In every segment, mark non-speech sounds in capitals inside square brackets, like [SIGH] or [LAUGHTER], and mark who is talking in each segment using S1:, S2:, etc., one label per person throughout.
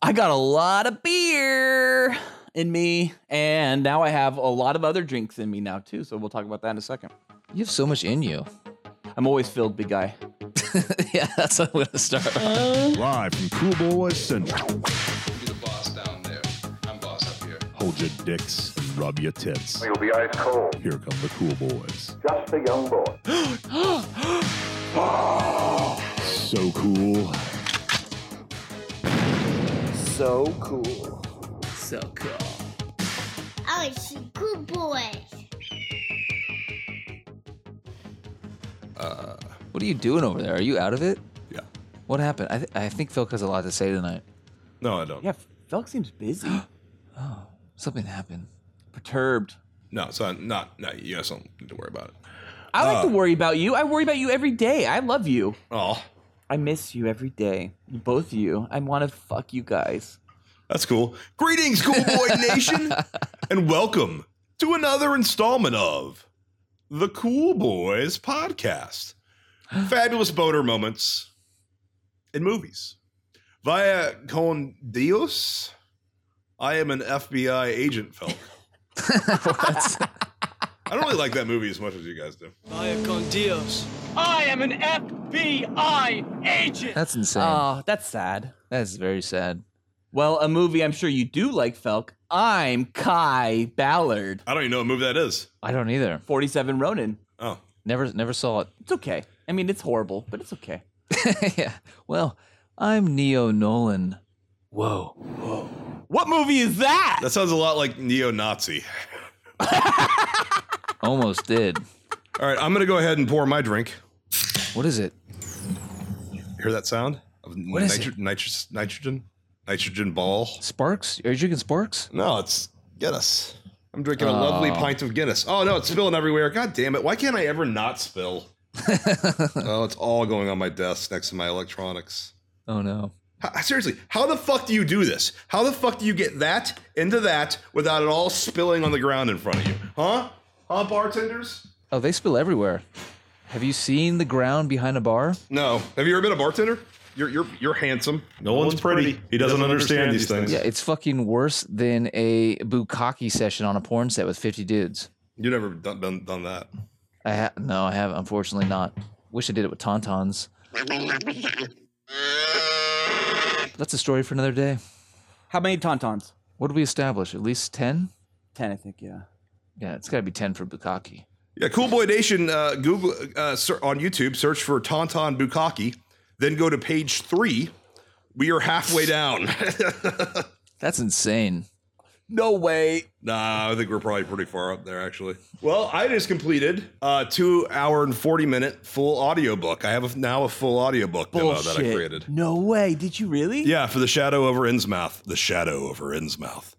S1: I got a lot of beer in me, and now I have a lot of other drinks in me now too. So we'll talk about that in a second.
S2: You have so much in you.
S1: I'm always filled, big [LAUGHS] guy.
S2: yeah, that's what I'm gonna start. with.
S3: Live from Cool Boys Central.
S4: Be the boss down there. I'm boss up here.
S3: Hold your dicks, rub your tits.
S5: You'll be ice cold.
S3: Here come the Cool Boys.
S5: Just a young boy.
S3: So cool.
S5: So cool.
S2: so cool.
S6: Oh, it's a good boy.
S2: What are you doing over there? Are you out of it?
S4: Yeah.
S2: What happened? I, th- I think Phil has a lot to say tonight.
S4: No, I don't.
S1: Yeah, Felk seems busy, [GASPS]
S2: Something happened.
S1: perturbed.
S4: No, so I'm not. No, you guys don't need to worry about it.
S1: I like to worry about you. I worry about you every day. I love you.
S4: Oh,
S1: I miss you every day. Both of you. I want to fuck you guys.
S4: that's cool. Greetings, cool boy nation, and welcome to another installment of the Cool Boys podcast. Fabulous boner moments in movies. Via con Dios, I am an FBI agent, Felk. I don't really like that movie as much as you guys do.
S7: I am an FBI agent.
S2: That's insane.
S1: Oh, that's sad.
S2: That's very sad.
S1: Well, a movie I'm sure you do like, Felk. I'm Kai Ballard,
S4: I don't even know what movie that is.
S2: I don't either.
S1: 47 Ronin.
S4: Oh,
S2: Never never saw it.
S1: It's okay. I mean, it's horrible, but it's okay.
S2: [LAUGHS] yeah. Well, I'm Neo Nolan. Whoa.
S1: What movie is that?
S4: that sounds a lot like neo-Nazi.
S2: Almost did.
S4: All right, I'm gonna go ahead and pour my drink.
S2: What is it?
S4: Hear that sound of
S2: What is
S4: nitro- nitro- nitrogen, nitrogen ball?
S2: Sparks? Are you drinking sparks?
S4: No, it's Guinness. I'm drinking a lovely pint of Guinness. Oh no, it's spilling everywhere. God damn it! Why can't I ever not
S2: [LAUGHS]
S4: spill? oh, it's all going on my desk next to my electronics.
S2: Oh no.
S4: How- seriously, how the fuck do you do this? How the fuck do you get that into that without it all spilling on the ground in front of you? Huh? Huh, bartenders?
S2: Oh, they spill everywhere. Have you seen the ground behind a bar?
S4: No. Have you ever been a bartender? You're you're you're handsome. No, one's, pretty. He doesn't, understand, these things.
S2: Yeah, it's fucking worse than a bukkake session on a porn set with 50 dudes.
S4: You never done, done done that.
S2: I ha- no, I have unfortunately not. Wish I did it with tauntauns. That's a story for another day.
S1: How many Tauntauns?
S2: What did we establish? At least 10?
S1: 10, I think, yeah.
S2: Yeah, it's got to be 10 for bukkake.
S4: Yeah, Cool Boy Nation. Uh, Google uh, ser- on YouTube, search for Tauntaun Bukaki, then go to page three. We are halfway down. [LAUGHS]
S2: That's insane.
S1: No way.
S4: nah, I think we're probably pretty far up there, actually. Well, I just completed a two hour and 40 minute full audiobook. I have a, now a full audiobook demo
S1: Bullshit.
S4: that I created.
S1: No way. Did you really?
S4: Yeah, for the Shadow over Innsmouth, the Shadow over Innsmouth,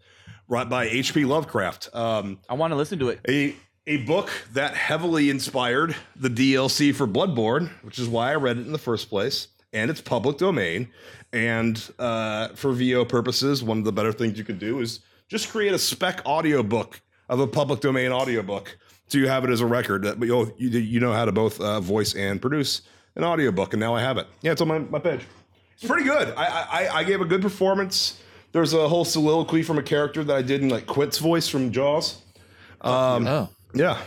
S4: right by H.P. Lovecraft. Um,
S1: I want to listen to it.
S4: a a book that heavily inspired the DLC for Bloodborne, which is why I read it in the first place, and it's public domain. And uh, for VO purposes, one of the better things you could do is just create a spec audiobook of a public domain audiobook so you have it as a record that you'll, you you know how to both uh, voice and produce an audiobook, and now I have it. Yeah, it's on my, my page. It's pretty good. I, I I- I gave a good performance. There's a whole soliloquy from a character that I did in like Quint's voice from Jaws.
S2: oh,
S4: Yeah. I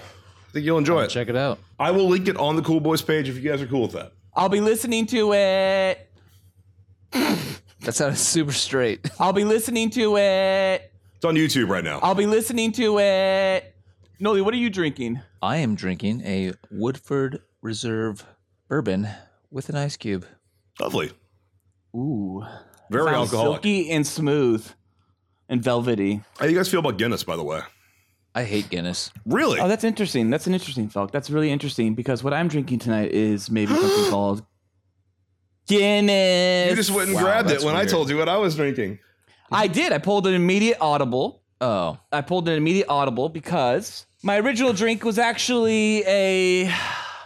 S4: think you'll enjoy it.
S2: check it out.
S4: I will link it on the Cool Boys page if you guys are cool with that.
S1: I'll be listening to it.
S2: That sounded [LAUGHS] super straight.
S1: I'll be listening to it.
S4: It's on YouTube right now.
S1: I'll be listening to it. Noli, what are you drinking?
S2: I am drinking a Woodford Reserve bourbon with an ice cube.
S4: Lovely.
S1: Ooh.
S4: Very
S1: Sounds
S4: alcoholic.
S1: Silky and smooth and velvety.
S4: How do you guys feel about Guinness, by the way?
S2: I hate Guinness.
S4: Really?
S1: Oh, that's interesting. That's an interesting felt. That's really interesting because what I'm drinking tonight is
S4: [GASPS]
S1: maybe something called Guinness.
S4: you just went and
S2: Wow,
S4: grabbed it
S2: that's
S4: when I
S2: weird.
S4: told you what I was drinking.
S1: I did. I pulled an immediate audible.
S2: Oh,
S1: I pulled an immediate audible because my original drink was actually a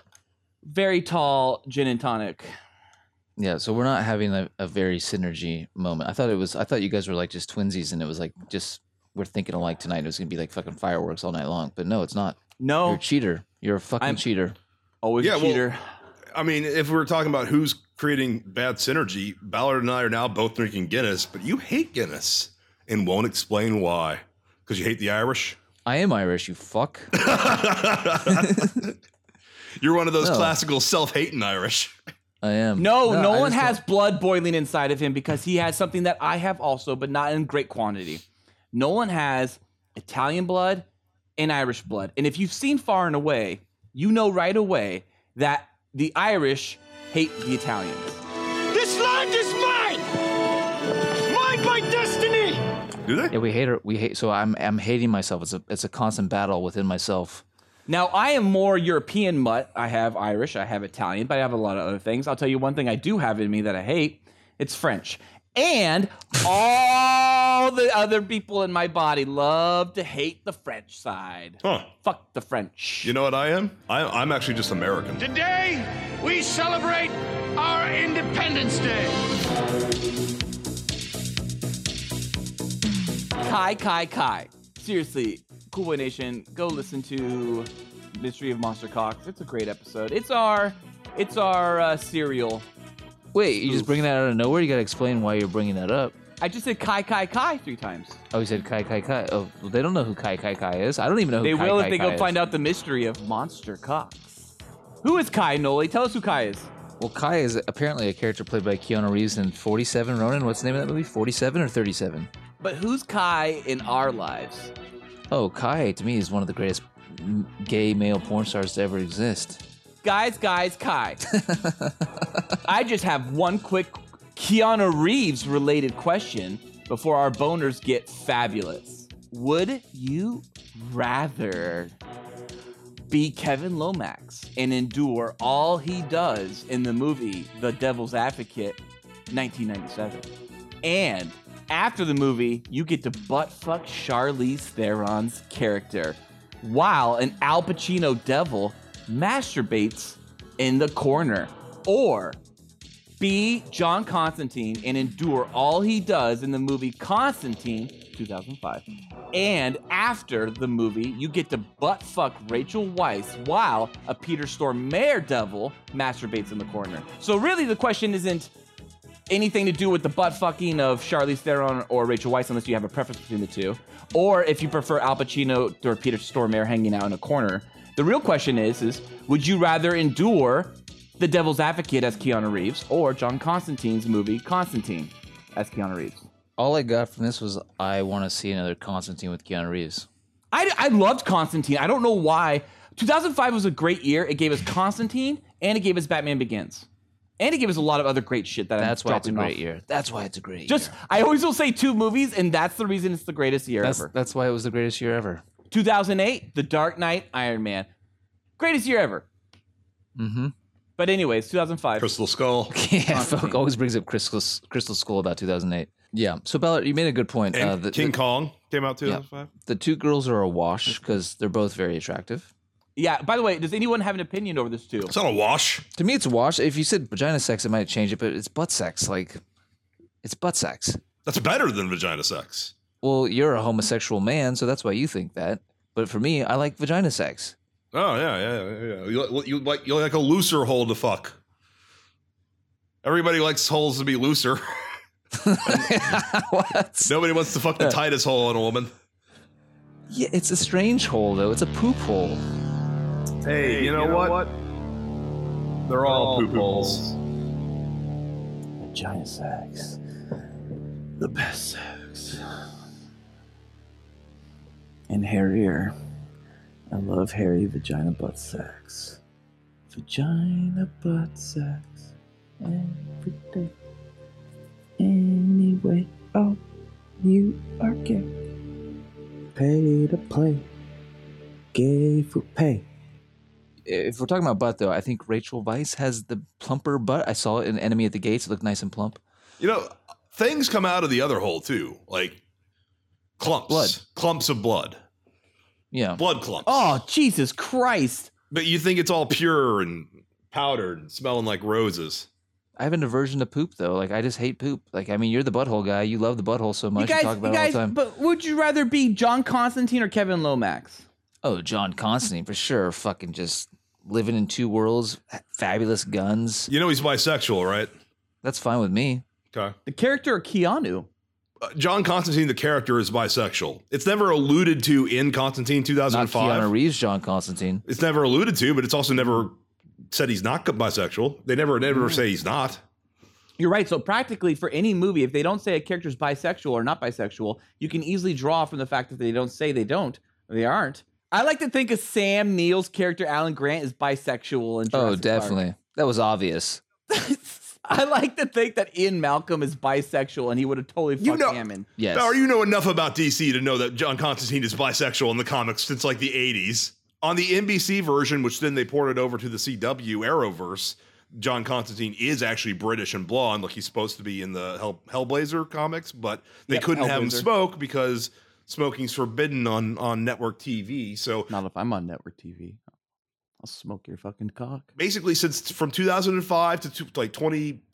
S1: [SIGHS] very tall gin and tonic.
S2: yeah. So we're not having a, a very synergy moment. I thought it was. I thought you guys were like just twinsies, and it was like just we're thinking alike tonight. It was gonna be like fucking fireworks all night long. But no, it's not. You're
S1: No,
S2: a cheater. You're a fucking
S1: Oh. I'm-
S2: cheater.
S1: always
S4: Yeah,
S1: a
S4: well-
S1: cheater.
S4: I mean, if we were talking about who's creating bad synergy, Ballard and I are now both drinking Guinness, but you hate Guinness and won't explain why. Because you hate the Irish?
S2: I am Irish,
S1: [LAUGHS]
S2: you fuck.
S4: You're one of those
S2: No.
S4: classical self hating Irish.
S2: I am.
S1: No,
S2: I
S1: Nolan
S2: just
S1: has blood boiling inside of him because he has something that I have also, but not in great quantity. Nolan has Italian blood and Irish blood. And if you've seen Far and Away, you know right away that the Irish hate the Italians.
S7: This land is mine! Mine by destiny!
S4: Do
S2: Yeah,
S4: they?
S2: we hate her. We hate. So I'm I'm hating myself. It's a it's a constant battle within myself.
S1: Now, I am more European mutt. I have Irish, I have Italian, but I have a lot of other things. I'll tell you one thing I do have in me that I hate it's French. And all the other people in my body love to hate the French side.
S4: Huh.
S1: Fuck the French.
S4: You know what I am? I, I'm actually just American.
S7: Today, we celebrate our Independence Day.
S1: Kai, Kai, Kai. Seriously, Cool Boy Nation, go listen to Mystery of Monster Cox. It's a great episode. It's our, it's our uh, serial.
S2: Wait, you just bringing that out of nowhere? You gotta explain why you're bringing that up.
S1: I just said Kai, Kai, Kai three times.
S2: Oh, you said Kai Kai Kai. Oh, well, they don't know who Kai Kai Kai is. I don't even know who
S1: They
S2: Kai
S1: will
S2: Kai
S1: if they
S2: Kai
S1: go
S2: is.
S1: find out the mystery of Monster Cox. Who is Kai Noli? Tell us who Kai is.
S2: Well, Kai is apparently a character played by Keanu Reeves in 47 Ronin. What's the name of that movie? 47 or 37?
S1: But who's Kai in our lives?
S2: Oh, Kai to me is one of the greatest m- gay male porn stars to ever exist.
S1: Guys, guys, [LAUGHS] Kai. I just have one quick Keanu Reeves related question before our boners get fabulous. Would you rather be Kevin Lomax and endure all he does in the movie The Devil's Advocate 1997? And after the movie, you get to butt fuck Charlize Theron's character while an Al Pacino devil masturbates in the corner. Or be John Constantine and endure all he does in the movie Constantine 2005. And after the movie, you get to butt fuck Rachel Weisz while a Peter Storm Mayor devil masturbates in the corner. So, really, the question isn't anything to do with the butt fucking of Charlize Theron or Rachel Weisz, unless you have a preference between the two, or if you prefer Al Pacino or Peter Stormare hanging out in a corner. The real question is: is would you rather endure the Devil's Advocate as Keanu Reeves or John Constantine's movie Constantine as Keanu Reeves?
S2: All I got from this was I want to see another Constantine with Keanu Reeves.
S1: I, I loved Constantine. I don't know why. 2005 was a great year. It gave us Constantine and it gave us Batman Begins. And it gave us a lot of other great shit that
S2: That's
S1: I'm
S2: why it's a
S1: dropping
S2: great
S1: off.
S2: year. That's why it's a great
S1: Just,
S2: year.
S1: I always will say two movies, and that's the reason it's the greatest year
S2: That's,
S1: ever.
S2: that's why it was the greatest year ever.
S1: 2008, The Dark Knight, Iron Man. Greatest year ever.
S2: Mm-hmm. [LAUGHS]
S1: But anyways, 2005.
S4: Crystal Skull.
S2: Yeah,
S1: Constantine.
S2: Folk always brings up Crystal Crystal Skull about 2008. Yeah. So Ballard, you made a good point.
S4: And
S2: Uh, the,
S4: King
S2: the,
S4: Kong came out 2005.
S2: the two girls are a wash because they're both very attractive.
S1: Yeah, by the way, does anyone have an opinion over this too?
S4: It's not a wash.
S2: To me, it's a wash. If you said vagina sex, it might change it, but it's butt sex. Like, it's butt sex.
S4: That's better than vagina sex.
S2: Well, you're a homosexual man, so that's why you think that. But for me, I like vagina sex. [LAUGHS]
S4: Oh yeah, yeah, yeah, yeah. You, li- you like you like a looser hole to fuck. Everybody likes holes to be looser. [LAUGHS]
S2: what?
S4: Nobody wants to fuck the tightest hole in a woman.
S2: Yeah, it's a strange hole, though. It's a poop hole.
S4: Hey, you know, what? They're all poop holes.
S2: Vagina sex.
S1: the best sex. And hairier. I love hairy vagina butt sex. Vagina butt sex. Every day. Anyway, oh, you are gay. Pay to play. Gay for pay.
S2: If we're talking about butt, though, I think Rachel Weiss has the plumper butt. I saw it in Enemy at the Gates. It looked nice and plump.
S4: You know, things come out of the other hole too, like clumps,
S2: Blood.
S4: clumps of blood,
S2: Yeah.
S4: blood clumps.
S1: Oh, Jesus Christ.
S4: but you think it's all pure and powdered and smelling like roses.
S2: I have an aversion to poop, though. Like, I just hate poop. Like, I mean, you're the butthole guy. You love the butthole so much.
S1: you guys,
S2: You, talk about
S1: you
S2: it all
S1: guys,
S2: the time.
S1: but would you rather be John Constantine or Kevin Lomax?
S2: Oh, John Constantine for sure. Fucking just living in two worlds, fabulous guns.
S4: You know he's bisexual, right?
S2: That's fine with me.
S4: Okay.
S1: The character of Keanu.
S4: Uh, John Constantine, the character, is bisexual. It's never alluded to in Constantine
S2: Not
S4: 2005.
S2: Keanu Reeves, John Constantine.
S4: it's never alluded to, but it's also never said he's not bisexual. They never
S2: Mm.
S4: never say he's not.
S1: You're right. So practically for any movie, if they don't say a character's bisexual or not bisexual, you can easily draw from the fact that they don't say they don't, they aren't. I like to think of Sam Neill's character Alan Grant is bisexual and
S2: oh, definitely. That was obvious.
S1: [LAUGHS] I like to think that Ian Malcolm is bisexual and he would have totally fucked
S4: You know-
S1: Hammond.
S2: Yes.
S4: Bauer, you know enough about DC to know that John Constantine is bisexual in the comics since like the 80s. On the NBC version, which then they ported over to the CW Arrowverse, John Constantine is actually British and blonde, like he's supposed to be in the Hell, Hellblazer comics, but they
S1: Yep,
S4: couldn't have him
S1: Hellblazer.
S4: smoke because smoking's forbidden on on network TV. So
S1: Not if I'm on network TV. I'll smoke your fucking cock.
S4: basically since from 2005 to two, like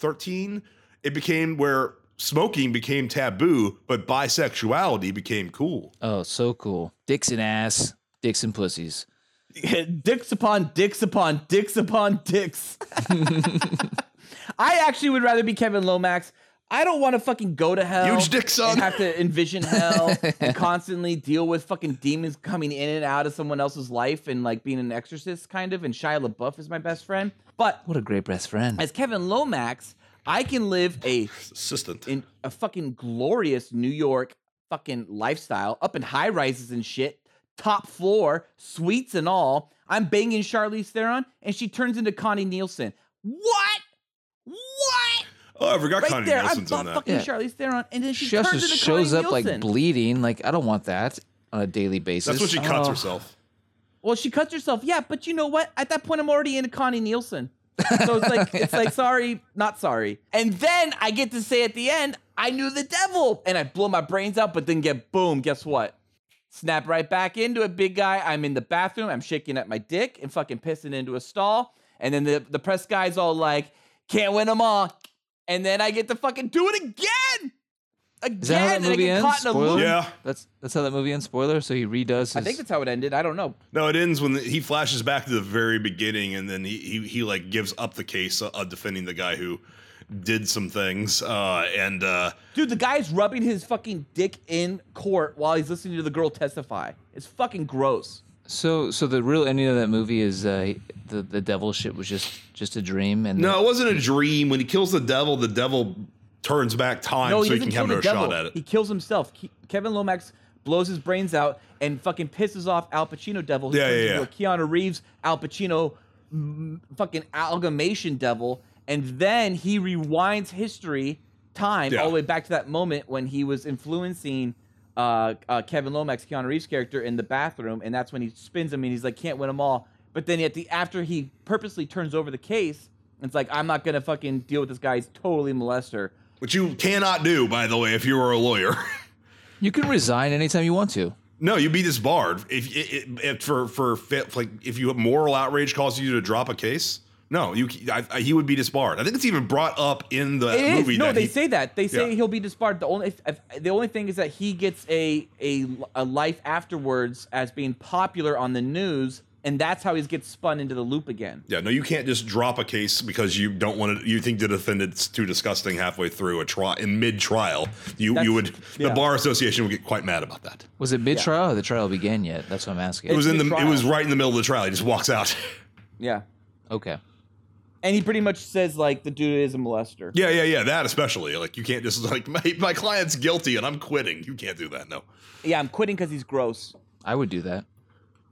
S4: 2013 it became where smoking became taboo but bisexuality became cool
S2: oh, so cool. Dicks and ass, dicks and pussies.
S1: [LAUGHS] dicks upon dicks upon dicks upon
S4: [LAUGHS]
S1: dicks. I actually would rather be Kevin Lomax. I don't want to fucking go to hell.
S4: Huge dick, son.
S1: And have to envision
S4: [LAUGHS]
S1: hell and constantly deal with fucking demons coming in and out of someone else's life and like being an exorcist kind of. And Shia LaBeouf is my best friend. But
S2: What a great best friend.
S1: as Kevin Lomax, I can live a
S4: assistant
S1: in a fucking glorious New York fucking lifestyle, up in high rises and shit, top floor, suites and all. I'm banging Charlize Theron, and she turns into Connie Nielsen. What? What?
S4: oh i forgot
S1: Right
S4: Connie
S1: there,
S4: Nielsen's
S1: I
S4: on
S1: am
S4: that
S1: fucking
S2: Yeah.
S1: Charlize Theron, and then she,
S2: She,
S1: turns
S2: also
S1: into
S2: shows
S1: Connie
S2: up like
S1: Nielsen.
S2: bleeding. Like, I don't want that on a daily basis.
S4: that's when she cuts
S1: uh,
S2: Oh.
S4: herself
S1: well, she cuts herself. Yeah, but you know what? At that point, I'm already into Connie Nielsen. So it's like it's [LAUGHS] like sorry, not sorry. And then I get to say at the end, I knew the devil, and I blow my brains out, but then get boom. Guess what? Snap right back into it, big guy. I'm in the bathroom. I'm shaking at my dick and fucking pissing into a stall. And then the, the press guy's all like, can't win them all. And then I get to fucking do it again. Again.
S2: Is that how that
S1: and I
S2: movie
S1: get
S2: ends?
S1: caught in a
S2: Spoiler?
S1: loop.
S4: yeah
S2: That's that's how that movie ends. Spoiler. So he redoes his.
S1: I think that's how it ended. I don't know.
S4: no it ends when he flashes back to the very beginning and then he he, he like gives up the case of defending the guy who did some things uh and uh
S1: Dude, the guy's rubbing his fucking dick in court while he's listening to the girl testify. It's fucking gross.
S2: so. So the real ending of that movie is uh, the the devil shit was just just a dream. And
S4: no it wasn't a dream when he kills the devil the devil turns back time
S1: No, he
S4: so he
S1: doesn't
S4: can
S1: kill
S4: have
S1: the
S4: no
S1: devil.
S4: shot at it
S1: He kills himself. Ke- Kevin Lomax blows his brains out and fucking pisses off Al Pacino devil. who
S4: Yeah,
S1: turns
S4: yeah,
S1: into a Keanu Reeves, Al Pacino mm, fucking amalgamation devil. And then he rewinds history time
S4: Yeah.
S1: all the way back to that moment when he was influencing uh, uh, Kevin Lomax, Keanu Reeves' character, in the bathroom. And that's when he spins him and he's like, can't win them all. But then at the after he purposely turns over the case, it's like, I'm not going to fucking deal with this guy. He's totally molester.
S4: which you cannot do by the way if you were a lawyer [LAUGHS]
S2: you can resign anytime you want to.
S4: No, you'd be disbarred if, if, if for for fa- like if you moral outrage caused you to drop a case. No, you I, I, he would be disbarred. I think it's even brought up in the
S1: It is.
S4: movie.
S1: No,
S4: that
S1: they
S4: he-
S1: say that. They say
S4: Yeah.
S1: he'll be disbarred. The only if, the only thing is that he gets a, a a life afterwards as being popular on the news, and that's how he gets spun into the loop again.
S4: Yeah, no, you can't just drop a case because you don't want to. You think the defendant's too disgusting halfway through a trial in mid trial. You
S1: That's-
S4: you would
S1: yeah.
S4: the bar association would get quite mad about that.
S2: Was it mid trial or the trial began yet? That's what I'm asking.
S4: It was in the
S1: mid-trial.
S4: it was right in the middle of the trial. He just walks out. [LAUGHS]
S1: Yeah,
S2: okay.
S1: and he pretty much says like the dude is a molester.
S4: yeah, yeah, yeah. That especially like you can't just like [LAUGHS] my my client's guilty and I'm quitting. You can't do that. No.
S1: Yeah, I'm quitting because he's gross.
S2: I would do that.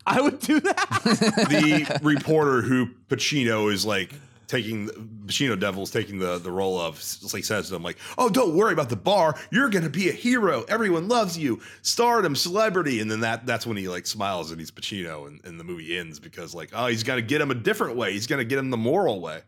S1: I would do that.
S4: [LAUGHS] the reporter who Pacino is like taking Pacino Devil's taking the the role of s- like says to him like, "Oh, don't worry about the bar. You're gonna be a hero. Everyone loves you. Stardom, celebrity." And then that that's when he like smiles and he's Pacino, and, and the movie ends because like, oh, he's gonna get him a different way. He's gonna get him the moral way.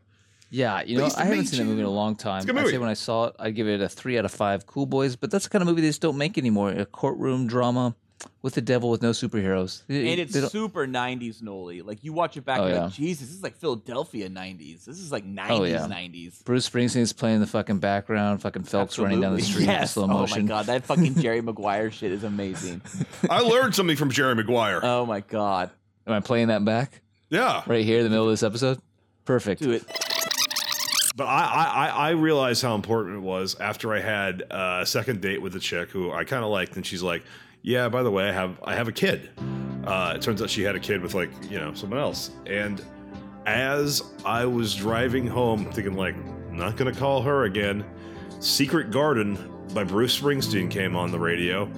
S2: Yeah, you know,
S4: Pleased to
S2: I haven't
S4: meet
S2: seen that movie in a
S4: you.
S2: long time.
S4: a good
S2: I'd
S4: movie.
S2: say when I saw it, I'd give it a three out of five Cool Boys, but that's the kind of movie they just don't make anymore. A courtroom drama with the devil with no superheroes. They-
S1: and
S2: they
S1: it's
S2: don't-
S1: super '90s Nolly. Like you watch it back,
S2: Oh,
S1: you're
S2: yeah.
S1: like Jesus, this is like Philadelphia '90s. This is like '90s
S2: yeah.
S1: '90s.
S2: Bruce Springsteen's playing in the fucking background, fucking Phelps running down the
S1: Absolutely.
S2: street in
S1: Yes.
S2: slow motion.
S1: Oh my god, that fucking Jerry Maguire shit
S2: [LAUGHS]
S1: is amazing.
S4: I learned something from Jerry Maguire.
S1: Oh my god.
S2: Am I playing that back?
S4: Yeah.
S2: right here in the middle of this episode. Perfect.
S1: Do it.
S8: But I, I, I- I realized how important it was after I had uh, a second date with a chick who I kind of liked, and she's like, "Yeah, by the way, I have I have a kid." Uh, it turns out she had a kid with like you know someone else. And as I was driving home, thinking like, "I'm not gonna call her again," "Secret Garden" by Bruce Springsteen came on the radio.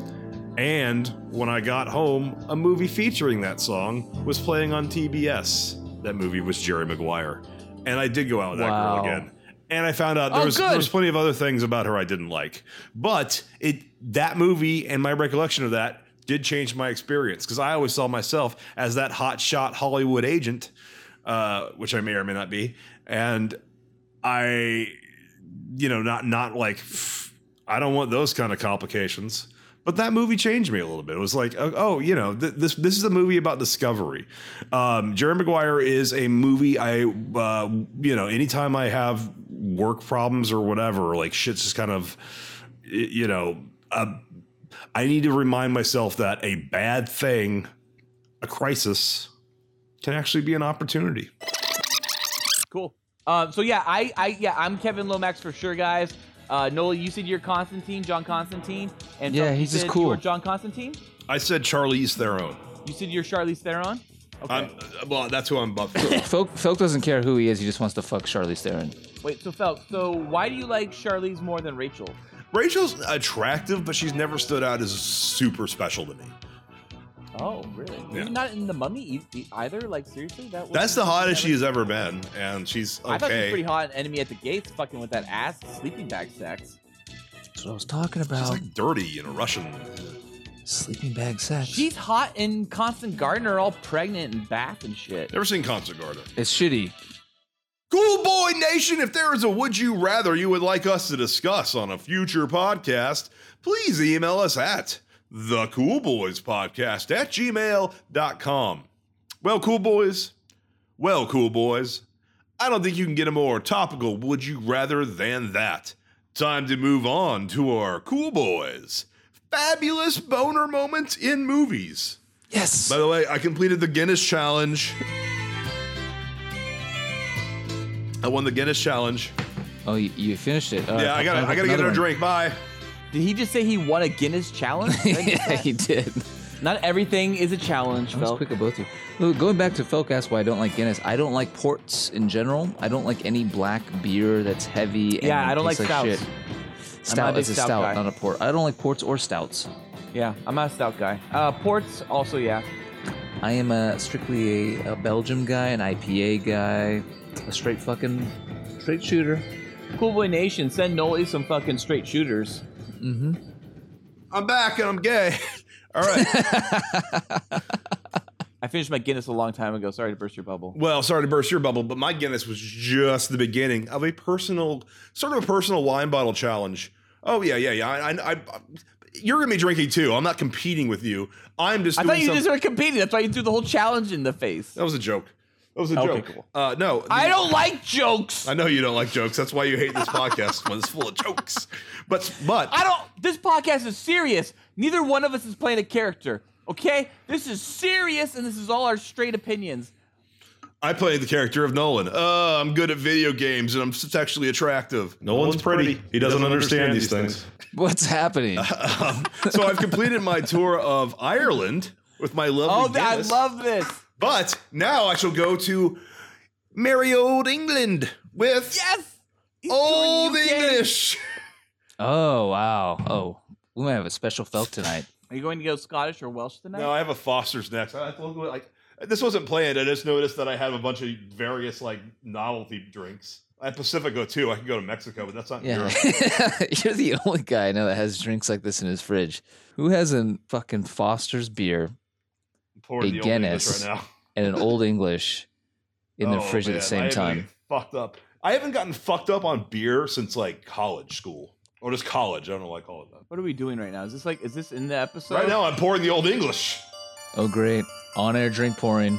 S8: And when I got home, a movie featuring that song was playing on TBS. That movie was Jerry Maguire. And I did go out with
S2: Wow.
S8: that girl again. And I found out uh, there,
S2: Oh,
S8: was, there
S2: good.
S8: was plenty of other things about her I didn't like. But it that movie and my recollection of that did change my experience because I always saw myself as that hot shot Hollywood agent, uh, which I may or may not be. And I, you know, not not like pff, I don't want those kind of complications. But that movie changed me a little bit. It was like, oh, oh, you know, th- this this is a movie about discovery. Um, Jerry Maguire is a movie I, uh, you know, anytime I have work problems or whatever, like shit's just kind of, y- you know, uh, I need to remind myself that a bad thing, a crisis, can actually be an opportunity.
S1: Cool. Um, so yeah, I, I yeah, I'm Kevin Lomax for sure, guys. Uh, Noel, you said you're Constantine, John Constantine, and
S2: Yeah,
S1: Chuck, you
S2: he's just
S1: said
S2: cool.
S1: You're John Constantine.
S4: I said Charlize Theron.
S1: You said you're Charlize Theron. Okay.
S4: I'm, well, that's who I'm buffing.
S2: Folk, Folk doesn't care who he is. He just wants to fuck Charlize Theron.
S1: Wait, so Phelps, so why do you like Charlize more than Rachel?
S8: Rachel's attractive, but she's never stood out as super special to me.
S1: Oh, really?
S4: Yeah.
S1: You're not in the Mummy e- e- either. Like seriously, that was
S4: That's the hottest
S1: never-
S4: she's ever been, and she's
S1: I thought she was
S4: okay.
S1: pretty hot. in Enemy at the Gates, fucking with that ass sleeping bag sex.
S2: That's what I was talking
S4: She's
S2: about.
S4: like dirty and a Russian.
S2: Sleeping bag sex.
S1: She's hot in Constant Gardener, all pregnant and bath and shit.
S4: Never seen Concert Garden.
S2: it's shitty.
S4: Cool Boy Nation, if there is a would you rather you would like us to discuss on a future podcast, please email us at the Cool Boys Podcast at gmail.com. Well, cool boys, well, cool boys, I don't think you can get a more topical would you rather than that. Time to move on to our cool boys. Fabulous boner moments in movies.
S2: Yes.
S4: By the way, I completed the Guinness challenge. I won the Guinness challenge.
S2: oh, you, you finished it. All right,
S4: yeah, I gotta,
S2: have
S4: I gotta get her a
S2: another one.
S4: drink. Bye.
S1: Did he just say he won a Guinness [LAUGHS]
S2: [LAUGHS]
S1: challenge? Did I get
S2: yeah,
S1: that?
S2: he did.
S1: Not everything is a challenge,
S2: I was
S1: Phelps.
S2: quick at both of you. Look, Going back to Felk asked why I don't like Guinness. I don't like ports in general. I don't like any black beer that's heavy. And
S1: Yeah, I don't like
S2: tastes
S1: stouts.
S2: shit.
S1: not a
S2: Stout
S1: big
S2: is a
S1: stout
S2: stout,
S1: guy.
S2: not a port. I don't like ports or stouts.
S1: Yeah, I'm not a stout guy. Uh, ports also, yeah.
S2: I am a strictly a, a Belgium guy, an IPA guy, a straight fucking straight shooter.
S1: Cool Boy Nation, send Noli some fucking straight shooters.
S4: I'm back and I'm gay. [LAUGHS] All right.
S1: I finished my Guinness a long time ago. Sorry to burst your bubble.
S4: well, sorry to burst your bubble, but my Guinness was just the beginning of a personal, sort of a personal wine bottle challenge. Oh yeah, yeah, yeah. I, I, I you're gonna be drinking too. I'm not competing with you. I'm just.
S1: I
S4: doing
S1: thought you
S4: some-
S1: just were competing. That's why you threw the whole challenge in the face.
S4: That was a joke. That was a
S1: Okay,
S4: joke.
S1: cool.
S4: Uh, no,
S1: I
S4: the-
S1: don't like jokes.
S4: I know you don't like jokes. That's why you hate this podcast when it's full of jokes. But but
S1: [LAUGHS] I don't. This podcast is serious. Neither one of us is playing a character. Okay, this is serious, and this is all our straight opinions.
S4: I played the character of Nolan. Uh, I'm good at video games and I'm sexually attractive.
S8: Nolan's pretty. He doesn't understand these things.
S2: What's happening?
S4: [LAUGHS] Um, so I've completed my tour of Ireland with my
S1: Oh,
S4: lovely
S1: th- I
S4: Guinness.
S1: love this.
S4: But now I shall go to merry old England with
S1: Yes, He's touring the
S4: old
S1: UK.
S4: English.
S2: [LAUGHS] oh wow. Oh, we might have a special Felk tonight.
S1: Are you going to go Scottish or Welsh tonight?
S4: No, I have a Foster's next. I have to look at, like this wasn't planned. I just noticed that I have a bunch of various like novelty drinks. I have Pacifico too. I can go to Mexico, but that's not
S2: Yeah,
S4: Europe.
S2: [LAUGHS] you're the only guy I know that has drinks like this in his fridge. Who has a fucking Foster's beer
S4: I'm pouring
S2: A
S4: the Old English
S2: Guinness.
S4: right now.
S2: and an Old English in their
S4: Oh,
S2: fridge at
S4: man,
S2: the
S4: I
S2: same
S4: haven't
S2: time?
S4: gotten Fucked up. I haven't gotten fucked up on beer since like college school or just college. I don't know why I call it that.
S1: What are we doing right now? Is this like is this in the episode?
S9: Oh.
S4: Right now, I'm pouring the old English.
S2: Oh great, on-air drink pouring.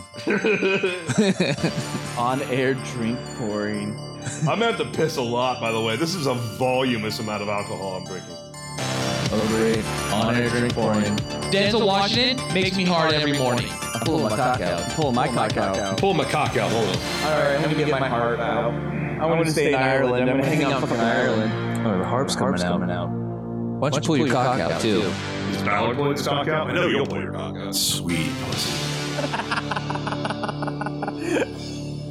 S1: On air drink pouring.
S4: I'm gonna have to piss a lot, by the way. This is a voluminous amount of alcohol I'm drinking.
S2: Oh great, on-air drink pouring.
S10: Denzel Washington makes me hard every morning.
S2: I'm pulling my cock out.
S1: Pull my cock out.
S9: Pull my cock out. Hold on.
S1: Alright, I'm gonna get my heart out. I wanna stay in Ireland. I'm gonna hang out fucking Ireland.
S2: Oh, the harp's, coming, out. Why don't you pull your cock out, too?
S9: Is Valor pulling his cock out? I know you'll pull your cock out.
S4: Sweet pussy. [LAUGHS]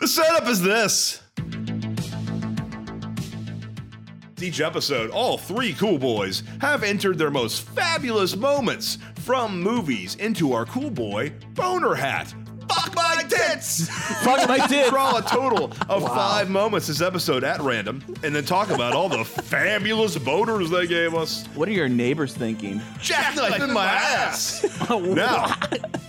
S4: the setup is this. Each episode, all three cool boys have entered their most fabulous moments from movies into our cool boy boner hat. Fuck my tits!
S1: Fuck my [LAUGHS] tits!
S4: Draw a total of five moments this episode at random, and then talk about all [LAUGHS] the fabulous boners they gave us.
S1: What are your neighbors thinking?
S4: Jackknife in my ass! [LAUGHS] Now,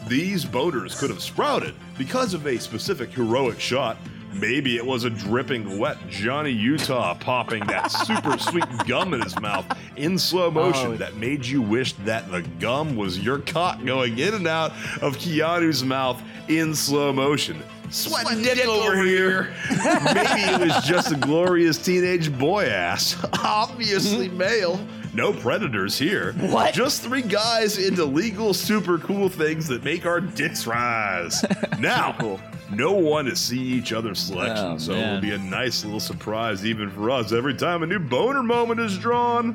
S4: these boaters could have sprouted because of a specific heroic shot. Maybe it was a dripping wet Johnny Utah popping [LAUGHS] that super sweet gum in his mouth in slow motion
S1: Oh.
S4: that made you wish that the gum was your cock going in and out of Keanu's mouth in slow motion. Sweat dick over here. Maybe it was just a glorious teenage boy ass. [LAUGHS] Obviously male. No predators here. What? Just three guys into legal, super cool things that make our dicks rise. Now, no one to see each other's selection,
S2: Oh,
S4: so
S2: man.
S4: it'll be a nice little surprise even for us every time a new boner moment is drawn.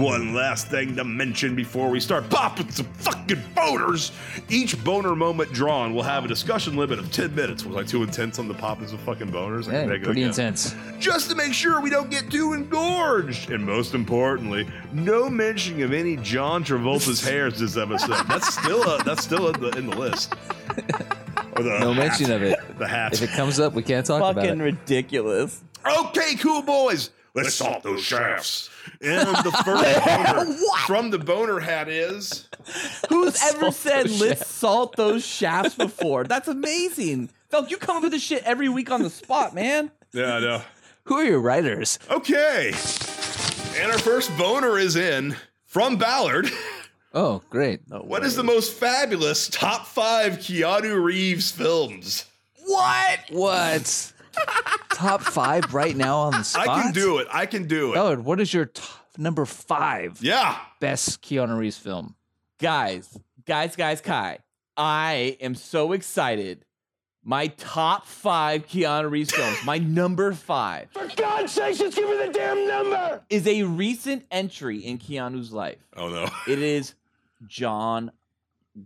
S4: One last thing to mention before we start popping some fucking boners. Each boner moment drawn will have a discussion limit of 10 minutes. Was I too intense on the popping some fucking boners? I can
S2: Yeah,
S4: take it
S2: pretty
S4: again
S2: intense.
S4: just to make sure we don't get too engorged. And most importantly, no mention of any John
S2: [LAUGHS]
S4: Travolta's hairs this episode. That's still a, that's still in the, in the
S2: [LAUGHS]
S4: list. Or the
S2: No
S4: hat.
S2: mention of it.
S4: The hat.
S2: If it comes up, we can't talk about
S1: Fucking [LAUGHS]
S2: it.
S1: ridiculous.
S4: Okay, cool boys. Let's salt those shafts. And the [LAUGHS] first boner from the boner hat is
S1: Who's ever
S2: Salt
S1: said
S2: those
S1: let's
S2: shafts."
S1: salt those shafts before? That's amazing. Felk, you come up with this shit every week on the spot, man.
S4: yeah, I know.
S2: Who are your writers?
S4: Okay, and our first boner is in from Ballard.
S2: Oh, great.
S4: What is the most fabulous top five Keanu Reeves films?
S2: What? [LAUGHS] Top five right now on the spot?
S4: I can do it. I can do it.
S2: Ballard, what is your top number five
S4: Yeah.
S2: best Keanu Reeves film?
S1: Guys, guys, guys, Kai, I am so excited. My top five Keanu Reeves films,
S4: [LAUGHS]
S1: my number five,
S7: For God's sakes, just give me the damn number!
S1: is a recent entry in Keanu's life.
S4: Oh no.
S1: It is John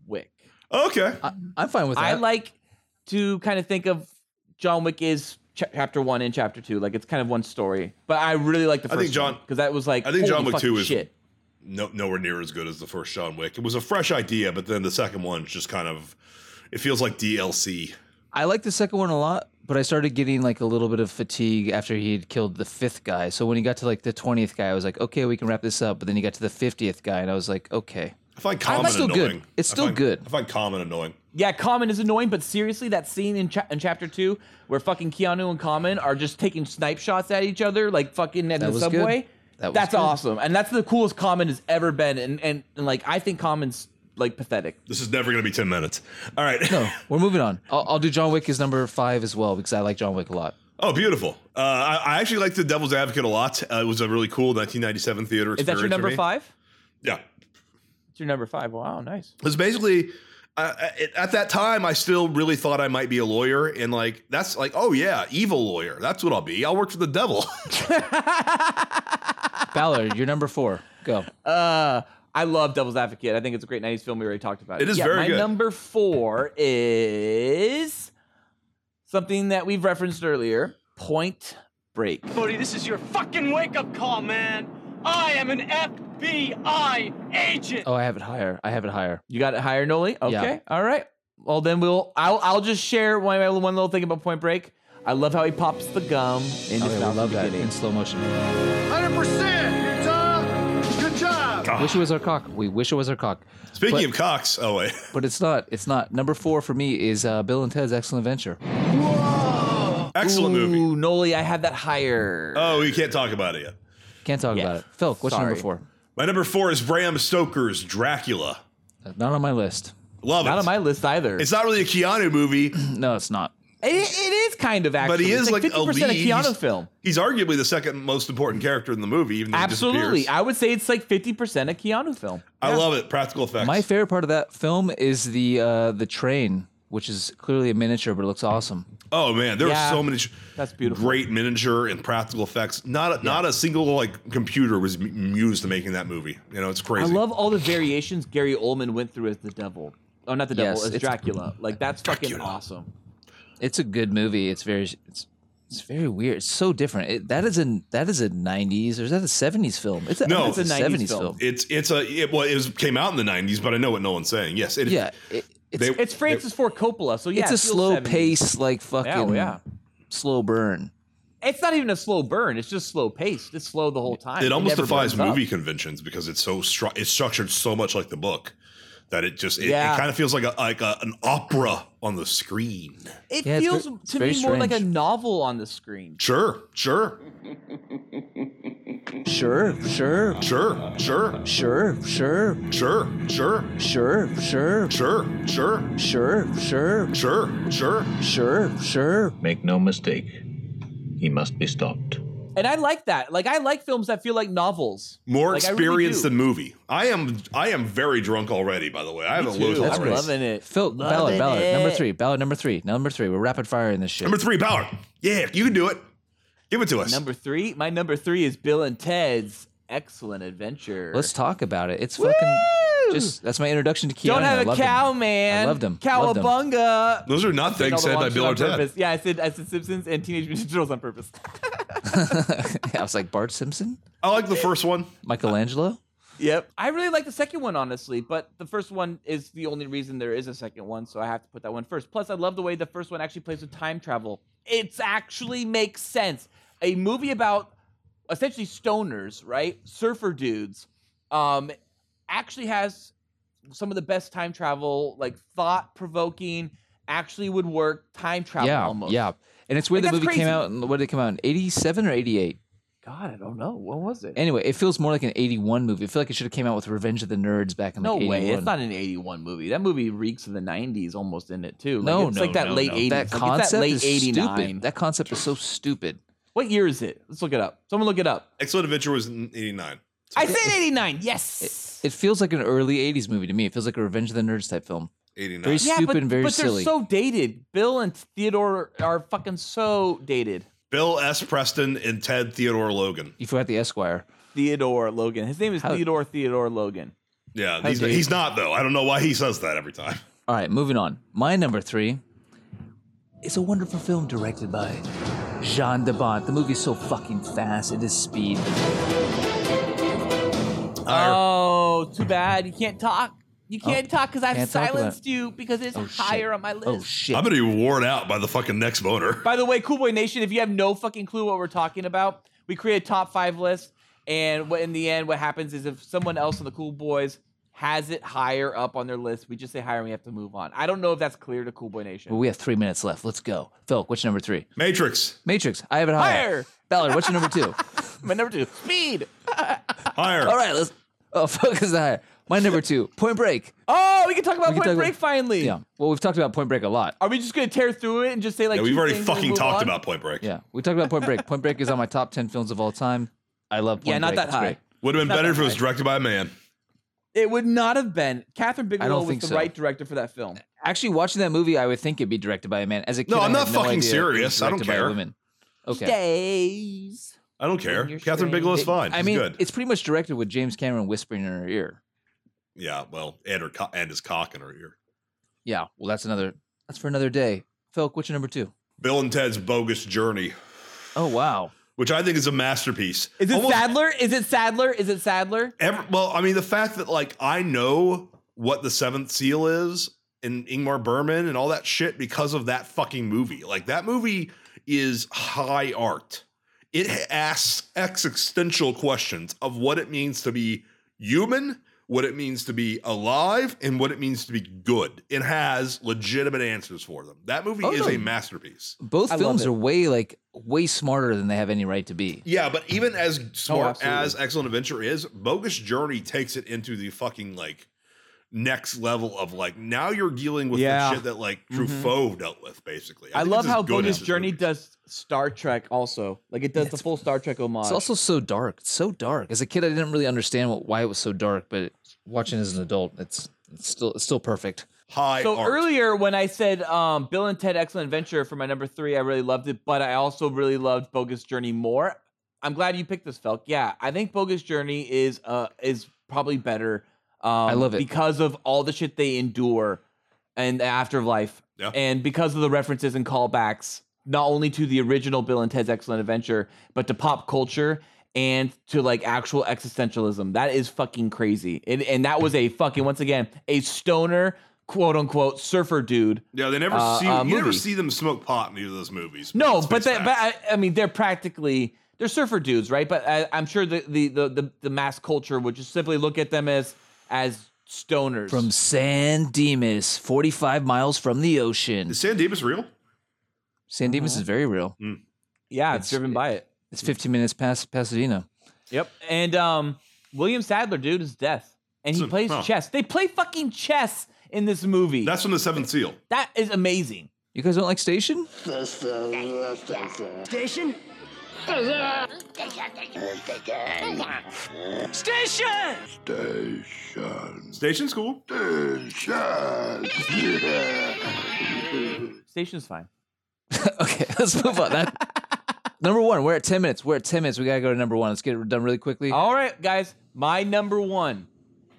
S1: Wick.
S4: Okay.
S2: I, I'm fine with that.
S1: I like to kind of think of John Wick is ch- chapter one and chapter two, like it's kind of one story. But I really like the
S4: I
S1: first
S4: think John-
S1: because that was like
S4: I think John
S1: holy
S4: Wick two
S1: fucking
S4: is-
S1: shit.
S4: No, nowhere near as good as the first John Wick. It was a fresh idea, but then the second one's just kind of. It feels like DLC.
S2: I like the second one a lot, but I started getting like a little bit of fatigue after he had killed the fifth guy. So when he got to like the twentieth guy, I was like, okay, we can wrap this up. But then he got to the fiftieth guy, and I was like, okay,
S4: I find
S2: I
S4: common
S2: like- still good.
S4: annoying.
S2: It's
S4: I
S2: still
S4: find-
S2: good.
S4: I find common annoying.
S1: Yeah, Common is annoying, but seriously, that scene in, cha- in chapter two where fucking Keanu and Common are just taking snipe shots at each other, like fucking at
S2: That
S1: the
S2: was good.
S1: subway.
S2: That was
S1: that's
S2: good.
S1: awesome, and that's the coolest Common has ever been. And, and and like I think Common's like pathetic.
S4: This is never going to be ten minutes. All right.
S2: no, we're moving on. I'll, I'll do John Wick as number five as well because I like John Wick a lot.
S4: [LAUGHS] Oh, beautiful. Uh, I, I actually liked The Devil's Advocate a lot. Uh, it was a really cool 1997 theater
S1: Is that
S4: experience.
S1: your
S4: for
S1: number
S4: me.
S1: five?
S4: Yeah.
S1: It's your number five. Wow, nice. [LAUGHS]
S4: Because basically, uh, at that time, I still really thought I might be a lawyer, and like that's like, oh yeah, evil lawyer. That's what I'll be. I'll work for the devil.
S2: [LAUGHS]
S4: [LAUGHS]
S2: Ballard, you're number four. Go.
S1: Uh, I love Devil's Advocate. I think it's a great '90s film. We already talked about it.
S4: It is
S1: yeah,
S4: very
S1: my
S4: good.
S1: number four is something that we've referenced earlier: Point Break.
S7: Buddy, this is your fucking wake up call, man! I am an FBI agent!
S2: Oh, I have it higher. I have it higher.
S1: You got it higher, Noli. Okay,
S2: Yeah.
S1: all right. Well, then we'll. I'll. I'll just share one, one little thing about Point Break. I love how he pops the gum in
S2: Okay,
S1: his
S2: Oh, we
S1: mouth.
S2: love
S1: at the
S2: that in
S1: beginning.
S2: slow motion.
S7: 100%! Good job! Good job!
S2: Wish it was our cock. We wish it was our cock.
S4: Speaking
S2: But-
S4: of cocks, oh wait. [LAUGHS]
S2: But it's not. It's not. Number four for me is uh, Bill and Ted's Excellent Adventure.
S4: Excellent movie.
S1: Ooh, Noli, I had that higher.
S4: Oh, we can't talk about it yet.
S2: Can't talk
S1: Yeah.
S2: about it. Phil, what's your number
S1: Sorry.
S2: four?
S4: My number four is Bram Stoker's Dracula.
S2: Uh, Not on my list.
S1: [CLEARS THROAT]
S4: Love it.
S1: Not on my list either.
S4: it's not really a Keanu movie.
S2: No, it's not.
S1: It, it is kind of actually.
S4: But he
S1: It's
S4: is like,
S1: fifty
S4: a
S1: percent a
S4: lead.
S1: Keanu
S4: He's-
S1: film.
S4: He's arguably the second most important character in the movie, even though he
S1: Absolutely,
S4: disappears.
S1: I would say it's like fifty percent a Keanu film.
S4: I, love it. Practical effects.
S2: My favorite part of that film is the uh, the train, which is clearly a miniature, but it looks awesome.
S4: oh man, there
S1: Yeah.
S4: are so many. sh-
S1: That's beautiful.
S4: Great miniature and practical effects. Not a, not a single like computer was m- used to making that movie. You know, it's
S1: I
S4: crazy.
S1: love all the variations Gary Oldman went through as the devil. Oh, not the devil,
S2: Yes,
S1: as
S2: it's-
S1: Dracula. Like that's fucking
S4: Dracula.
S1: awesome.
S2: It's a good movie. It's very it's it's very weird. It's so different. It, that is a that is a '90s or is that a '70s film? It's a,
S4: No,
S2: it's a
S1: it's a
S2: '70s
S1: 90s
S2: film.
S1: film.
S4: It's it's a it, well, it was, came out in the '90s, but I know what Nolan's saying. Yes, it,
S2: Yeah, it, it's
S4: They-
S1: It's Francis Ford Coppola, so yeah,
S2: it's
S1: it
S2: a
S1: feels
S2: slow
S1: 70s.
S2: pace, like fucking
S1: Yeah, well, yeah.
S2: slow burn.
S1: It's not even a slow burn. It's just slow paced. It's slow the whole time.
S4: it almost
S1: never
S4: defies
S1: burns up.
S4: movie conventions because it's so stru- it's structured so much like the book that it just it,
S1: Yeah.
S4: it kind of feels like a like a, an opera on the screen.
S1: It
S2: Yeah, it's
S1: feels
S2: ver- it's
S1: to me
S2: very
S1: more like a
S2: strange.
S1: novel on the screen.
S4: Sure, sure,
S2: Sure, sure,
S4: sure, sure,
S2: sure, sure,
S4: sure, sure,
S2: sure,
S4: sure,
S2: sure,
S4: sure,
S2: sure, sure,
S4: sure, sure.
S2: sure, sure.
S10: Make no mistake, he must be stopped.
S1: And I like that. Like I like films that feel like novels.
S4: More
S1: Like, I really
S4: experience
S1: do.
S4: than movie. I am I am very drunk already. By the way, I have a low
S1: Dude,
S4: tolerance.
S1: I'm loving it.
S2: Phil, ballad,
S1: Loving
S2: ballad, number
S1: it.
S2: three, ballad, number three, number three. We're rapid firing this shit.
S4: Number three, Ballard. Yeah, you can do it. Give it to us.
S1: Number three. My number three is Bill and Ted's Excellent Adventure.
S2: Let's talk about it. It's fucking just that's my introduction to Keanu.
S1: Don't
S2: I
S1: have a
S2: loved him.
S1: cow, man.
S2: I loved him. Loved him.
S1: Cowabunga.
S4: Those are not
S1: Saying all
S4: things
S1: the
S4: said
S1: wrong
S4: by
S1: shit
S4: Bill
S1: on
S4: or Ted.
S1: purpose. Yeah, I said I said Simpsons and Teenage Mutant Ninja Turtles on purpose.
S2: [LAUGHS] I was like Bart Simpson,
S4: I like the first one.
S2: Michelangelo.
S1: Yep. I really like the second one, honestly, but the first one is the only reason there is a second one, so I have to put that one first. Plus, I love the way the first one actually plays with time travel. It actually makes sense. A movie about essentially stoners, right? Surfer dudes, um, actually has some of the best time travel, like thought provoking, actually would work time travel
S2: yeah,
S1: almost.
S2: yeah. And it's weird
S1: Like,
S2: the
S1: that's
S2: movie came
S1: crazy.
S2: out. in- What did it come out in? Eighty-seven or eighty-eight?
S1: God, I don't know. What was it?
S2: Anyway, it feels more like an eighty-one movie. I feel like it should have came out with Revenge of the Nerds back in
S1: No
S2: like eighty-one.
S1: way. It's not an 81 movie. That movie reeks of the 90s almost in it, too. Like,
S2: No,
S1: it's
S2: no,
S1: like that
S2: no,
S1: late
S2: no.
S1: 80s.
S2: That
S1: like, it's
S2: concept
S1: that late
S2: is
S1: 89.
S2: stupid. That concept is so stupid.
S1: What year is it? Let's look it up. Someone look it up.
S4: Excellent Adventure was in '89.
S1: I said 89. Yes.
S2: It feels like an early '80s movie to me. It feels like a Revenge of the Nerds type film. Very
S4: 89.
S1: yeah,
S2: stupid
S1: but,
S2: and very
S1: but
S2: silly.
S1: they're so dated. Bill and Theodore are fucking so dated.
S4: Bill S. Preston and Ted Theodore Logan.
S2: You forgot the Esquire.
S1: Theodore Logan. His name is
S2: How-
S1: Theodore Theodore Logan.
S4: Yeah,
S1: How
S4: he's,
S1: dare you.
S4: he's not though. I don't know why he says that every time.
S2: All right, moving on. My number three is a wonderful film directed by Jean Debont. The movie's so fucking fast, it is speed.
S1: Oh, too bad. You can't talk. You Oh, can't talk because I've
S2: can't talk about it.
S1: silenced you because it's
S2: Oh, shit.
S1: higher on my list.
S2: Oh shit!
S4: I'm gonna be worn out by the fucking next voter.
S1: By the way, Cool Boy Nation, if you have no fucking clue what we're talking about, we create a top five list, and what in the end what happens is if someone else in the Cool Boys has it higher up on their list, we just say higher and we have to move on. I don't know if that's clear to Cool Boy
S2: But
S1: Nation.
S2: we have three minutes left. Let's go. Phil, what's your number three?
S4: Matrix
S2: Matrix. I have it higher.
S1: Higher.
S2: Ballard, what's your
S1: [LAUGHS]
S2: number two?
S1: My number two, Speed.
S4: higher.
S2: All right, let's. Oh, [LAUGHS] fuck is the higher. My number two, Point Break.
S1: Oh, we can talk about
S2: We can
S1: Point
S2: talk about-
S1: Break finally.
S2: Yeah. Well, we've talked about Point Break a lot.
S1: Are we just gonna tear through it and just say like?
S4: Yeah, we've
S1: two
S4: already
S1: things and
S4: fucking
S1: move
S4: talked
S1: on?
S4: about Point Break.
S2: Yeah, we talked about Point Break. Point Break is on my top ten films of all time. I love. Point
S1: Yeah, not
S2: Break.
S1: that
S2: It's
S1: high.
S2: great.
S4: Would have been
S1: Not
S4: better
S1: that
S4: if it was
S1: high.
S4: directed by a man.
S1: It would not have been. Catherine Bigelow was
S2: think
S1: the
S2: so.
S1: right director for that film.
S2: Actually, watching that movie, I would think it'd be directed by a man. As a kid,
S4: No,
S2: I
S4: I'm
S2: had
S4: not fucking
S2: idea it was
S4: serious. I don't
S2: directed by
S4: care.
S2: Women. Okay.
S1: Days.
S4: I don't care.
S1: When you're
S4: Catherine
S1: strange.
S4: Bigelow's
S2: It-
S4: fine.
S2: I
S4: She's
S2: mean,
S4: good.
S2: it's pretty much directed with James Cameron whispering in her ear.
S4: yeah, well, and her co- and his cock in her ear.
S2: Yeah, well, that's another. That's for another day. Phil, what's your number two?
S4: Bill and Ted's Bogus Journey,
S2: Oh wow,
S4: which I think is a masterpiece.
S1: Is it
S4: Almost
S1: Sadler? Is it Sadler? Is it Sadler?
S4: every- well, I mean, the fact that like I know what the Seventh Seal is and Ingmar Bergman and all that shit because of that fucking movie. Like that movie is high art. It ha- asks existential questions of what it means to be human, what it means to be alive, and what it means to be good. It has legitimate answers for them. That movie
S2: Oh,
S4: is
S2: no.
S4: a masterpiece.
S2: both
S1: I love
S2: films
S1: it.
S2: are way like way smarter than they have any right to be.
S4: Yeah, but even as smart
S1: Oh, absolutely.
S4: as Excellent Adventure is, Bogus Journey takes it into the fucking like next level of like now you're dealing with
S1: Yeah. Mm-hmm.
S4: the shit that like Truffaut dealt with basically.
S1: I
S4: think
S1: love
S4: it's as
S1: how
S4: good
S1: Bonus
S4: as his
S1: Journey
S4: movies.
S1: does Star Trek also. Like it does the full Star Trek homage.
S2: It's also so dark. It's so dark. As a kid, I didn't really understand what, why it was so dark, but watching as an adult, it's, it's still it's still perfect.
S4: high
S1: so
S4: art.
S1: earlier when I said um, Bill and Ted Excellent Adventure for my number three, I really loved it, but I also really loved Bogus Journey more. I'm glad you picked this, Felk. Yeah, I think Bogus Journey is uh is probably better. Um, I
S2: love it.
S1: because of all the shit they endure in the afterlife,
S4: Yeah.
S1: and because of the references and callbacks, not only to the original Bill and Ted's Excellent Adventure, but to pop culture and to like actual existentialism. That is fucking crazy. And and that was a fucking once again a stoner quote unquote surfer dude.
S4: Yeah, they never
S1: uh,
S4: see
S1: uh,
S4: you never
S1: movie.
S4: see them smoke pot in either of those movies.
S1: No,
S4: it's
S1: but
S4: face
S1: that, but
S4: facts.
S1: I, I mean they're practically they're surfer dudes, right? But I, I'm sure the, the the the the mass culture would just simply look at them as as stoners.
S2: From San Dimas, 45 miles from the ocean.
S4: is San Dimas real?
S2: San Dimas
S1: Mm-hmm.
S2: is very real.
S1: yeah,
S2: it's-
S1: it's driven by it.
S2: It's 15 minutes past Pasadena.
S1: Yep. And um, William Sadler, dude, is death, and he
S4: So-
S1: plays
S4: huh.
S1: chess. They play fucking chess in this movie.
S4: That's from the Seventh Seal.
S1: that is amazing.
S2: You guys don't like Station? [LAUGHS]
S11: Station!
S4: Station School.
S1: Station's fine.
S2: okay, [LAUGHS] let's move on. That, number one, we're at 10 minutes. We're at 10 minutes. We got to go to number one. Let's get it done really quickly.
S1: All right, guys. My number one,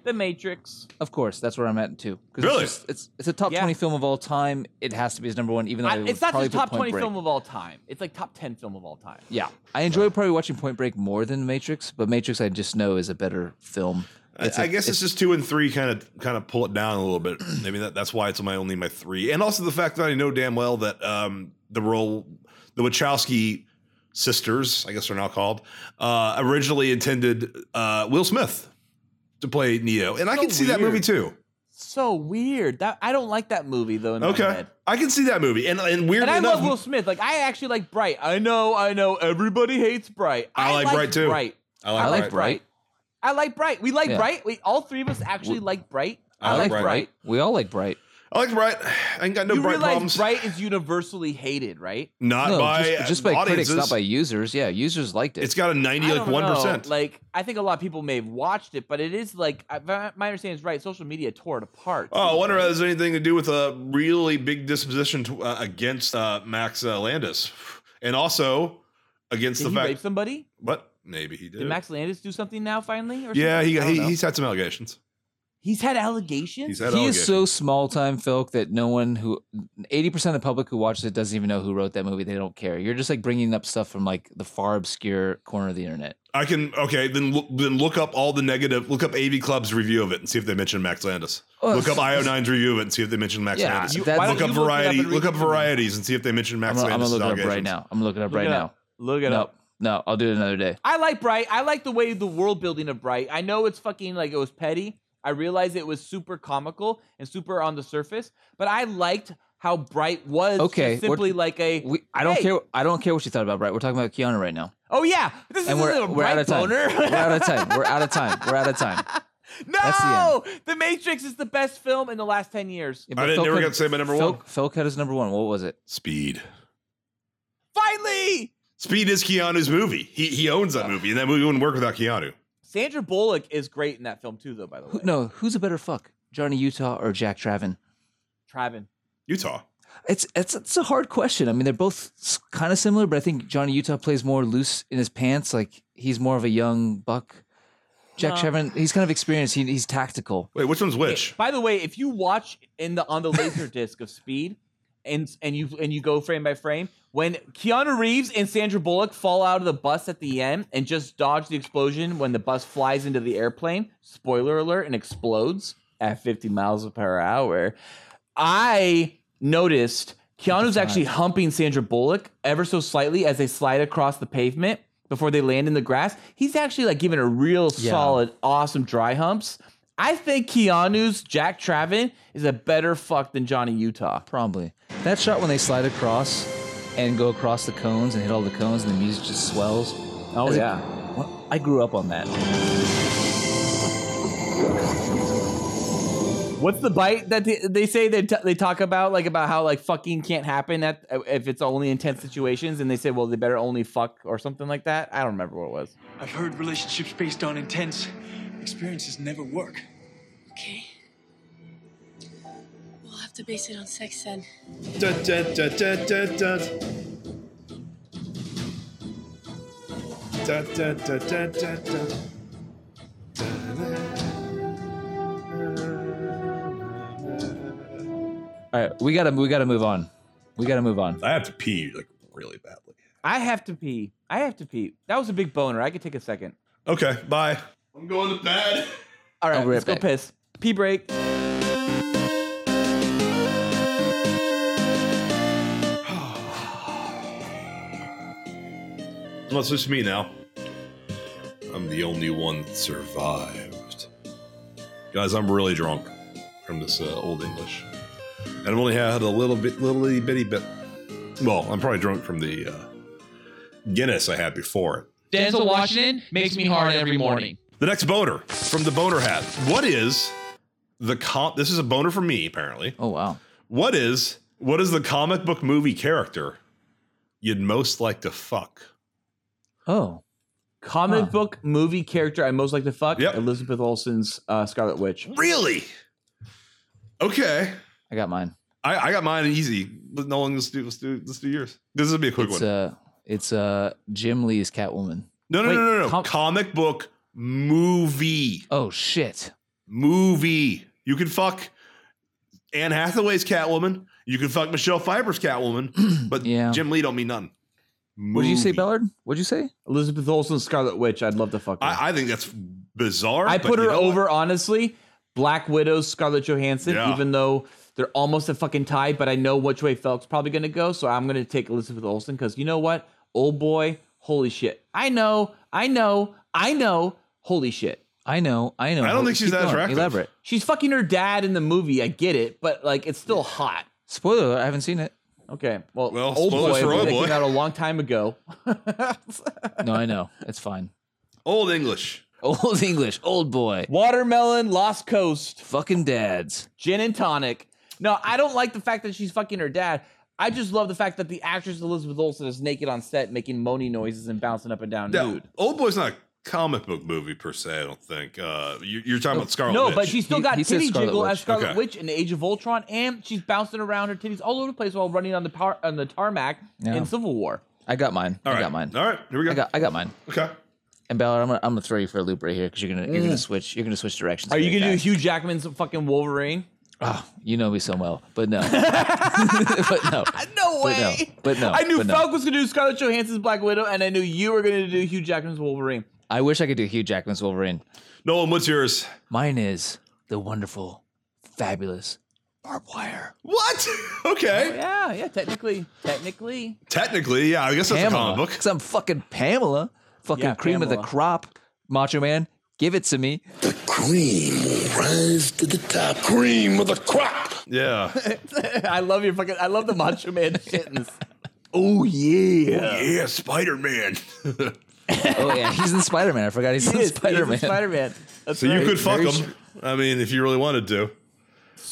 S1: The Matrix.
S2: Of course, that's where I'm at too. 'Cause
S4: Really?
S2: It's, just, it's, it's a top
S1: Yeah.
S2: 20 film of all time. It has to be his number one, even though
S1: I-
S2: I, would
S1: it's not
S2: probably
S1: just
S2: put
S1: top
S2: Point
S1: twenty
S2: Break.
S1: film of all time. It's like top ten film of all time.
S2: Yeah, I enjoy probably watching Point Break more than Matrix, but Matrix I just know is a better film.
S4: I
S2: a-
S4: I guess it's, just two and three kind of kind of pull it down a
S1: [CLEARS THROAT]
S4: little bit. Maybe that, that's why it's my only my three, and also the fact that I know damn well that um, the role the Wachowski sisters, I guess they're now called, uh, originally intended uh, Will Smith to play Neo, and I
S1: So
S4: can see that
S1: weird.
S4: movie too.
S1: So weird. That I don't like that movie though. In My
S4: Okay,
S1: head.
S4: I can see that movie, and and weirdly
S1: And I
S4: enough,
S1: love Will Smith. Like I actually like Bright. I know. I know. Everybody hates Bright.
S4: I like Bright, too.
S1: Bright.
S4: I like,
S2: I like
S4: Bright.
S2: Bright.
S1: I like Bright. We like
S2: Yeah.
S1: Bright. We all three of us actually like Bright.
S4: I like Bright.
S2: We all like Bright.
S4: I like Bright. I ain't got no
S1: you
S4: Bright
S1: realize
S4: problems.
S1: Bright is universally hated, right?
S4: Not by
S2: just, just by
S4: audiences.
S2: critics, not by users. Yeah, users liked it.
S4: It's got a ninety,
S1: I
S4: like
S1: don't
S4: one
S1: know.
S4: percent.
S1: Like I think a lot of people may have watched it, but it is like I- my understanding is right. Social media tore it apart.
S4: Oh, I
S1: too,
S4: wonder if
S1: right?
S4: that has anything to do with a really big disposition to, uh, against uh, Max uh, Landis, and also against
S1: Did
S4: the
S1: he
S4: fact.
S1: rape somebody?
S4: What? Maybe he did.
S1: Did Max Landis do something now finally? Or
S4: yeah,
S1: something?
S4: he,
S1: I don't
S4: he
S1: know.
S4: he's had some allegations.
S1: he's had allegations.
S4: He's had
S2: he
S4: allegations.
S2: is so small time, Filk, that no one who 80% of the public who watches it doesn't even know who wrote that movie. They don't care. You're just like bringing up stuff from like the far obscure corner of the internet.
S4: I can okay. Then look, then look up all the negative. Look up AV Club's review of it and see if they mention Max Landis.
S2: Oh,
S4: look up
S2: [LAUGHS]
S4: IO9's review of it and see if they mention Max
S2: Yeah,
S4: Landis.
S2: you-
S4: look
S2: why
S4: up
S2: don't you
S1: look it up
S4: Variety.
S1: and
S4: Look
S1: read
S4: up
S1: it to me?
S4: Varieties and see if they mention
S2: I'm
S4: Max
S2: gonna, I'm
S4: Landis.
S2: gonna look it up right now. I'm gonna look it up
S1: Look
S2: right
S1: it
S2: now.
S1: up. Look it
S2: no,
S1: up.
S2: no, I'll do it another day.
S1: I like Bright. I like the way the world building of Bright. I know it's fucking like it was petty. I realize it was super comical and super on the surface, but I liked how Bright was
S2: Okay,
S1: just
S2: we're-
S1: simply like a.
S2: We, I don't
S1: Hey.
S2: care. I don't care what you thought about Bright. We're talking about Keanu right now,
S1: oh yeah, this
S2: and
S1: is
S2: we're
S1: a
S2: we're
S1: Bright
S2: out of time.
S1: boner.
S2: we're out of time. We're out of [LAUGHS] time. We're out of time.
S1: [LAUGHS] no, the, Matrix is the best film in the last ten years.
S4: I
S2: Yeah, but
S4: didn't-
S2: Phil
S4: never
S2: Cut-
S4: got to say my number
S2: Phil-
S4: one.
S2: Phil cut his number one. What was it?
S4: Speed.
S1: Finally,
S4: Speed is Keanu's movie. He he owns that movie, and that movie wouldn't work without Keanu.
S1: Sandra Bullock is great in that film too, though. By the way,
S2: [LAUGHS] Who, no, who's a better fuck, Johnny Utah or Jack Traven?
S1: Travin.
S4: Utah.
S2: It's it's it's a hard question. I mean, they're both kind of similar, but I think Johnny Utah plays more loose in his pants. Like he's more of a young buck. Jack Traven, he's kind of experienced. He, he's tactical.
S4: Wait, which one's which?
S1: By the way, if you watch in the on the laser disc of Speed, and and you and you go frame by frame, when Keanu Reeves and Sandra Bullock fall out of the bus at the end and just dodge the explosion when the bus flies into the airplane, spoiler alert, and explodes at 50 miles per hour, I noticed Keanu's actually humping Sandra Bullock ever so slightly as they slide across the pavement before they land in the grass. He's actually like giving her real
S2: Yeah.
S1: solid, awesome dry humps. I think Keanu's Jack Travin is a better fuck than Johnny Utah.
S2: Probably. That shot when they slide across and go across the cones and hit all the cones and the music just swells.
S1: Oh
S2: As a-
S1: yeah.
S2: Well, I grew up on that.
S1: What's the bite that they, they say they, t- they talk about? Like about how like fucking can't happen at if it's only in tense situations, and they say, well, they better only fuck or something like that. I don't remember what it was.
S12: I've heard relationships based on intense experiences never work.
S13: Okay. We'll have to base it on sex then.
S4: Dun, dun, dun, dun, dun, dun. Dun, dun, dun, dun, dun, dun.
S2: All right, we gotta we gotta move on. We gotta move on.
S4: I have to pee like really badly.
S1: I have to pee. I have to pee. That was a big boner. I could take a second.
S4: Okay, bye.
S14: I'm going to bed.
S1: All right,
S2: I'll be right
S1: let's
S2: back.
S1: go piss. Pee break.
S4: Well, it's just me now. I'm the only one that survived. Guys, I'm really drunk from this uh, old English, and I've only had a little bit, little itty bitty bit. Well, I'm probably drunk from the uh, Guinness I had before it.
S15: Denzel Washington makes me hard every morning.
S4: The next boner from the boner hat. What is the com? This is a boner for me, apparently.
S2: Oh wow.
S4: What is what is the comic book movie character you'd most like to fuck?
S2: Oh.
S1: Comic
S2: Huh.
S1: book movie character I most like to fuck
S4: Yep.
S1: Elizabeth Olsen's uh, Scarlet Witch.
S4: Really? Okay.
S2: I got mine.
S4: I, I got mine easy. But no one let's do let's do let's do yours. This will be a quick
S2: It's
S4: one.
S2: uh it's uh Jim Lee's Catwoman.
S4: no, no,
S1: wait,
S4: no, no, no.
S1: com-
S4: comic book movie.
S2: Oh shit.
S4: Movie. You can fuck Anne Hathaway's Catwoman. You can fuck Michelle Pfeiffer's
S2: [CLEARS THROAT]
S4: Catwoman, but
S2: Yeah.
S4: Jim Lee don't mean nothing.
S2: What did you say,
S4: Movie.
S2: Bellard? What'd you say?
S1: Elizabeth Olsen's Scarlet Witch. I'd love to fuck her. I,
S4: I, I think that's bizarre. but
S1: put
S4: you
S1: her
S4: know what?
S1: over honestly. Black Widow's Scarlett Johansson,
S4: Yeah.
S1: even though they're almost a fucking tie, but I know which way Felk's probably gonna go, so I'm gonna take Elizabeth Olsen because you know what, old boy, holy shit. I know, I know, I know, holy shit.
S2: I know, I know.
S4: I don't think
S2: Keep
S4: she's that
S2: going.
S4: attractive.
S2: Elaborate.
S1: She's fucking her dad in the movie. I get it, but like it's still hot.
S2: Spoiler, alert, I haven't seen it.
S1: Okay. Well,
S4: Well,
S1: old
S4: spoilers
S1: boy,
S4: for Old
S1: that
S4: Boy.
S1: came out a long time ago. [LAUGHS]
S2: No, I know. It's fine.
S4: Old English.
S2: Old English, old boy,
S1: Watermelon, Lost Coast,
S2: fucking dads.
S1: gin and tonic. No, I don't like the fact that she's fucking her dad. I just love the fact that the actress Elizabeth Olsen is naked on set, making moaning noises and bouncing up and down.
S4: No,
S1: nude.
S4: Old Boy's not a comic book movie per se. I don't think. Uh, you, you're talking about Scarlet.
S1: no,
S4: Witch.
S1: but she's still
S2: He-
S1: got
S2: he says
S1: titty
S2: Scarlet
S1: jiggle
S2: Witch.
S1: as Scarlet
S4: Okay.
S1: Witch in the Age of Ultron, and she's bouncing around her titties all over the place while running on the par- on the tarmac
S2: Yeah.
S1: in Civil War.
S2: I got mine.
S4: All
S2: I
S4: right.
S2: got mine.
S4: All right, here we go.
S2: I got I got mine.
S4: okay.
S2: And Ballard, I'm gonna I'm gonna throw you for a loop right here because you're gonna you're gonna switch you're gonna switch directions.
S1: Mm. Are you
S2: very
S1: gonna do
S2: fast.
S1: Hugh Jackman's fucking Wolverine?
S2: Oh, you know me so well,
S1: [LAUGHS]
S2: but no, [LAUGHS] but no,
S1: No
S2: But no.
S1: way.
S2: But no.
S1: I knew
S2: But no.
S1: Falk was going to do Scarlett Johansson's Black Widow, and I knew you were going to do Hugh Jackman's Wolverine.
S2: I wish I could do Hugh Jackman's Wolverine.
S4: Nolan, what's yours?
S2: Mine is the wonderful, fabulous barbed wire.
S4: What? [LAUGHS] okay.
S1: Yeah, yeah. Technically, technically,
S4: Technically, yeah. I guess that's a
S2: Pamela,
S4: comic book.
S2: because I'm fucking Pamela, fucking
S1: Yeah,
S2: cream of the
S1: Pamela.
S2: crop, Macho Man. Give it to me.
S16: Cream will rise to the top. Cream of the crop.
S2: [LAUGHS]
S4: Yeah.
S1: [LAUGHS] I love your fucking. I love the Macho Man shit. in this.
S4: oh yeah. yeah, Spider Man. [LAUGHS] so
S2: Oh yeah, he's in Spider Man. I forgot
S1: [LAUGHS]
S2: he's in Spider Man.
S1: Spider Man. That's
S4: you
S1: right.
S4: could fuck
S2: Very
S4: him. I mean, if you really wanted to.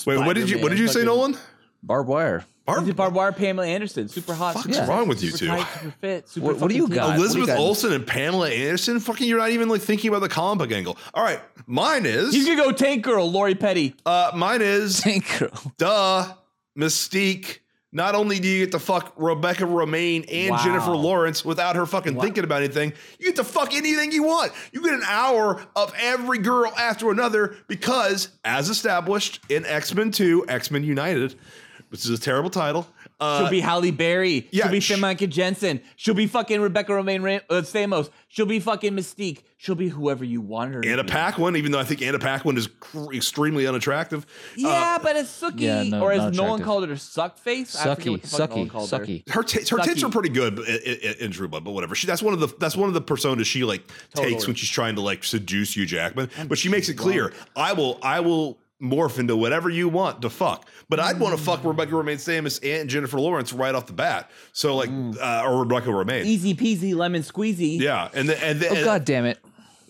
S4: Wait, what did you what did you say,
S1: Spider-Man
S4: Nolan?
S2: barbed wire.
S1: Is it Barbara Pamela Anderson, super hot.
S4: Fuck's
S1: super
S4: wrong with you
S1: super
S4: two?
S1: tight, super fit, super
S2: What- what do you
S1: fucking
S2: got?
S1: thin.
S2: what do you
S4: Elizabeth
S2: got?
S4: Olsen and Pamela Anderson. Fucking, you're not even like thinking about the comic book angle. All right, mine
S1: He's
S4: is.
S1: gonna go Tank Girl, Lori Petty.
S4: Uh, mine
S2: [LAUGHS]
S4: is.
S2: Tank girl.
S4: Duh, Mystique. Not only do you get to fuck Rebecca Romaine and
S1: Wow.
S4: Jennifer Lawrence without her fucking thinking about anything, you get to fuck anything you want. You get an hour of every girl after another because, as established in X Men 2, X Men United, which is a terrible title, uh,
S1: She'll be Halle Berry.
S4: yeah,
S1: She'll be
S4: sh-
S1: Femke Jensen. She'll be fucking Rebecca Romaine Ram- uh, Stamos. She'll be fucking Mystique. She'll be whoever you want her. to
S4: Anna
S1: be.
S4: Paquin, even though I think Anna Paquin is cr- extremely unattractive. uh,
S1: Yeah, but it's sucky,
S2: Yeah, no,
S1: or
S2: not
S1: as Nolan
S2: attractive.
S1: called it, her suck face. I forget
S2: Sucky,
S1: what the fuck Nolan
S2: sucky,
S1: called her.
S2: sucky.
S4: her tits, her tits
S1: Sucky.
S4: are pretty good in, in, in True Blood, but whatever. She that's one of the that's one of the personas she like takes
S1: Totally.
S4: when she's trying to like seduce you, Jackman. but she makes it clear, I will I will morph into whatever you want to fuck. But I'd want to fuck
S2: Mm.
S4: Rebecca Romaine Samus and Jennifer Lawrence right off the bat. So
S2: Mm.
S4: like uh, or Rebecca Romaine.
S1: Easy peasy lemon squeezy.
S4: Yeah, and the, and the,
S2: Oh
S4: and-
S2: god damn it.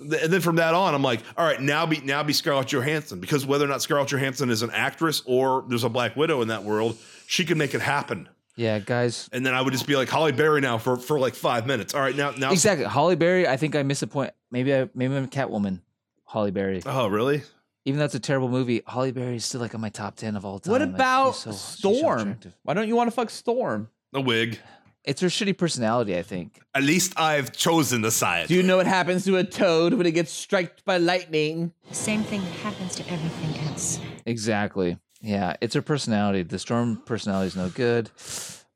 S4: Th- And then from that on, I'm like, all right, now be now be Scarlett Johansson because whether or not Scarlett Johansson is an actress or there's a Black Widow in that world, she can make it happen.
S2: Yeah, guys.
S4: And then I would just be like Holly Berry now for for like five minutes. All right, now now
S2: Exactly. Holly Berry. I think I miss a point. Maybe I maybe I'm Catwoman. Holly Berry.
S4: Oh, really?
S2: Even though it's a terrible movie, Holly Berry is still like on my top ten of all time.
S1: What
S2: Like, she's
S1: about
S2: so- she's so
S1: Storm?
S2: attractive.
S1: Why don't you want to fuck Storm?
S4: A wig.
S2: it's her shitty personality. I think.
S4: At least I've chosen the side.
S1: Do you know what happens to a toad when it gets struck by lightning?
S17: Same thing that happens to everything else.
S2: Exactly. Yeah, it's her personality. The Storm personality is no good.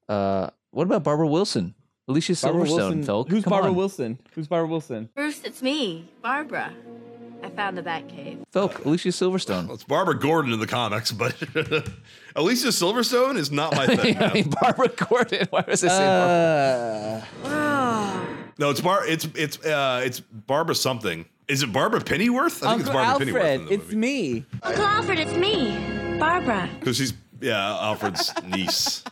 S2: Uh, what about Barbara Wilson? Alicia
S1: Barbara
S2: Silverstone,
S1: Wilson.
S2: Felk.
S1: Who's
S2: Come
S1: Barbara
S2: on.
S1: Wilson? Who's Barbara Wilson?
S18: Bruce, it's me, Barbara. I found the Batcave.
S2: Felk, Alicia
S1: Oh.
S2: [LAUGHS] Silverstone.
S4: It's Barbara Gordon in the comics, but [LAUGHS] Alicia Silverstone is not my thing.
S2: I
S4: man.
S2: mean, Barbara Gordon. Why was I saying Barbara?
S1: Uh,
S19: Ah.
S4: No, it's Bar. It's it's uh, it's Barbara something. Is it Barbara Pennyworth? I
S1: Uh, Uncle
S4: think it's Barbara Pennyworth
S1: Alfred,
S4: in the
S1: it's
S4: [LAUGHS]
S1: me.
S17: Uncle Alfred, it's me, Barbara.
S4: because she's yeah Alfred's niece.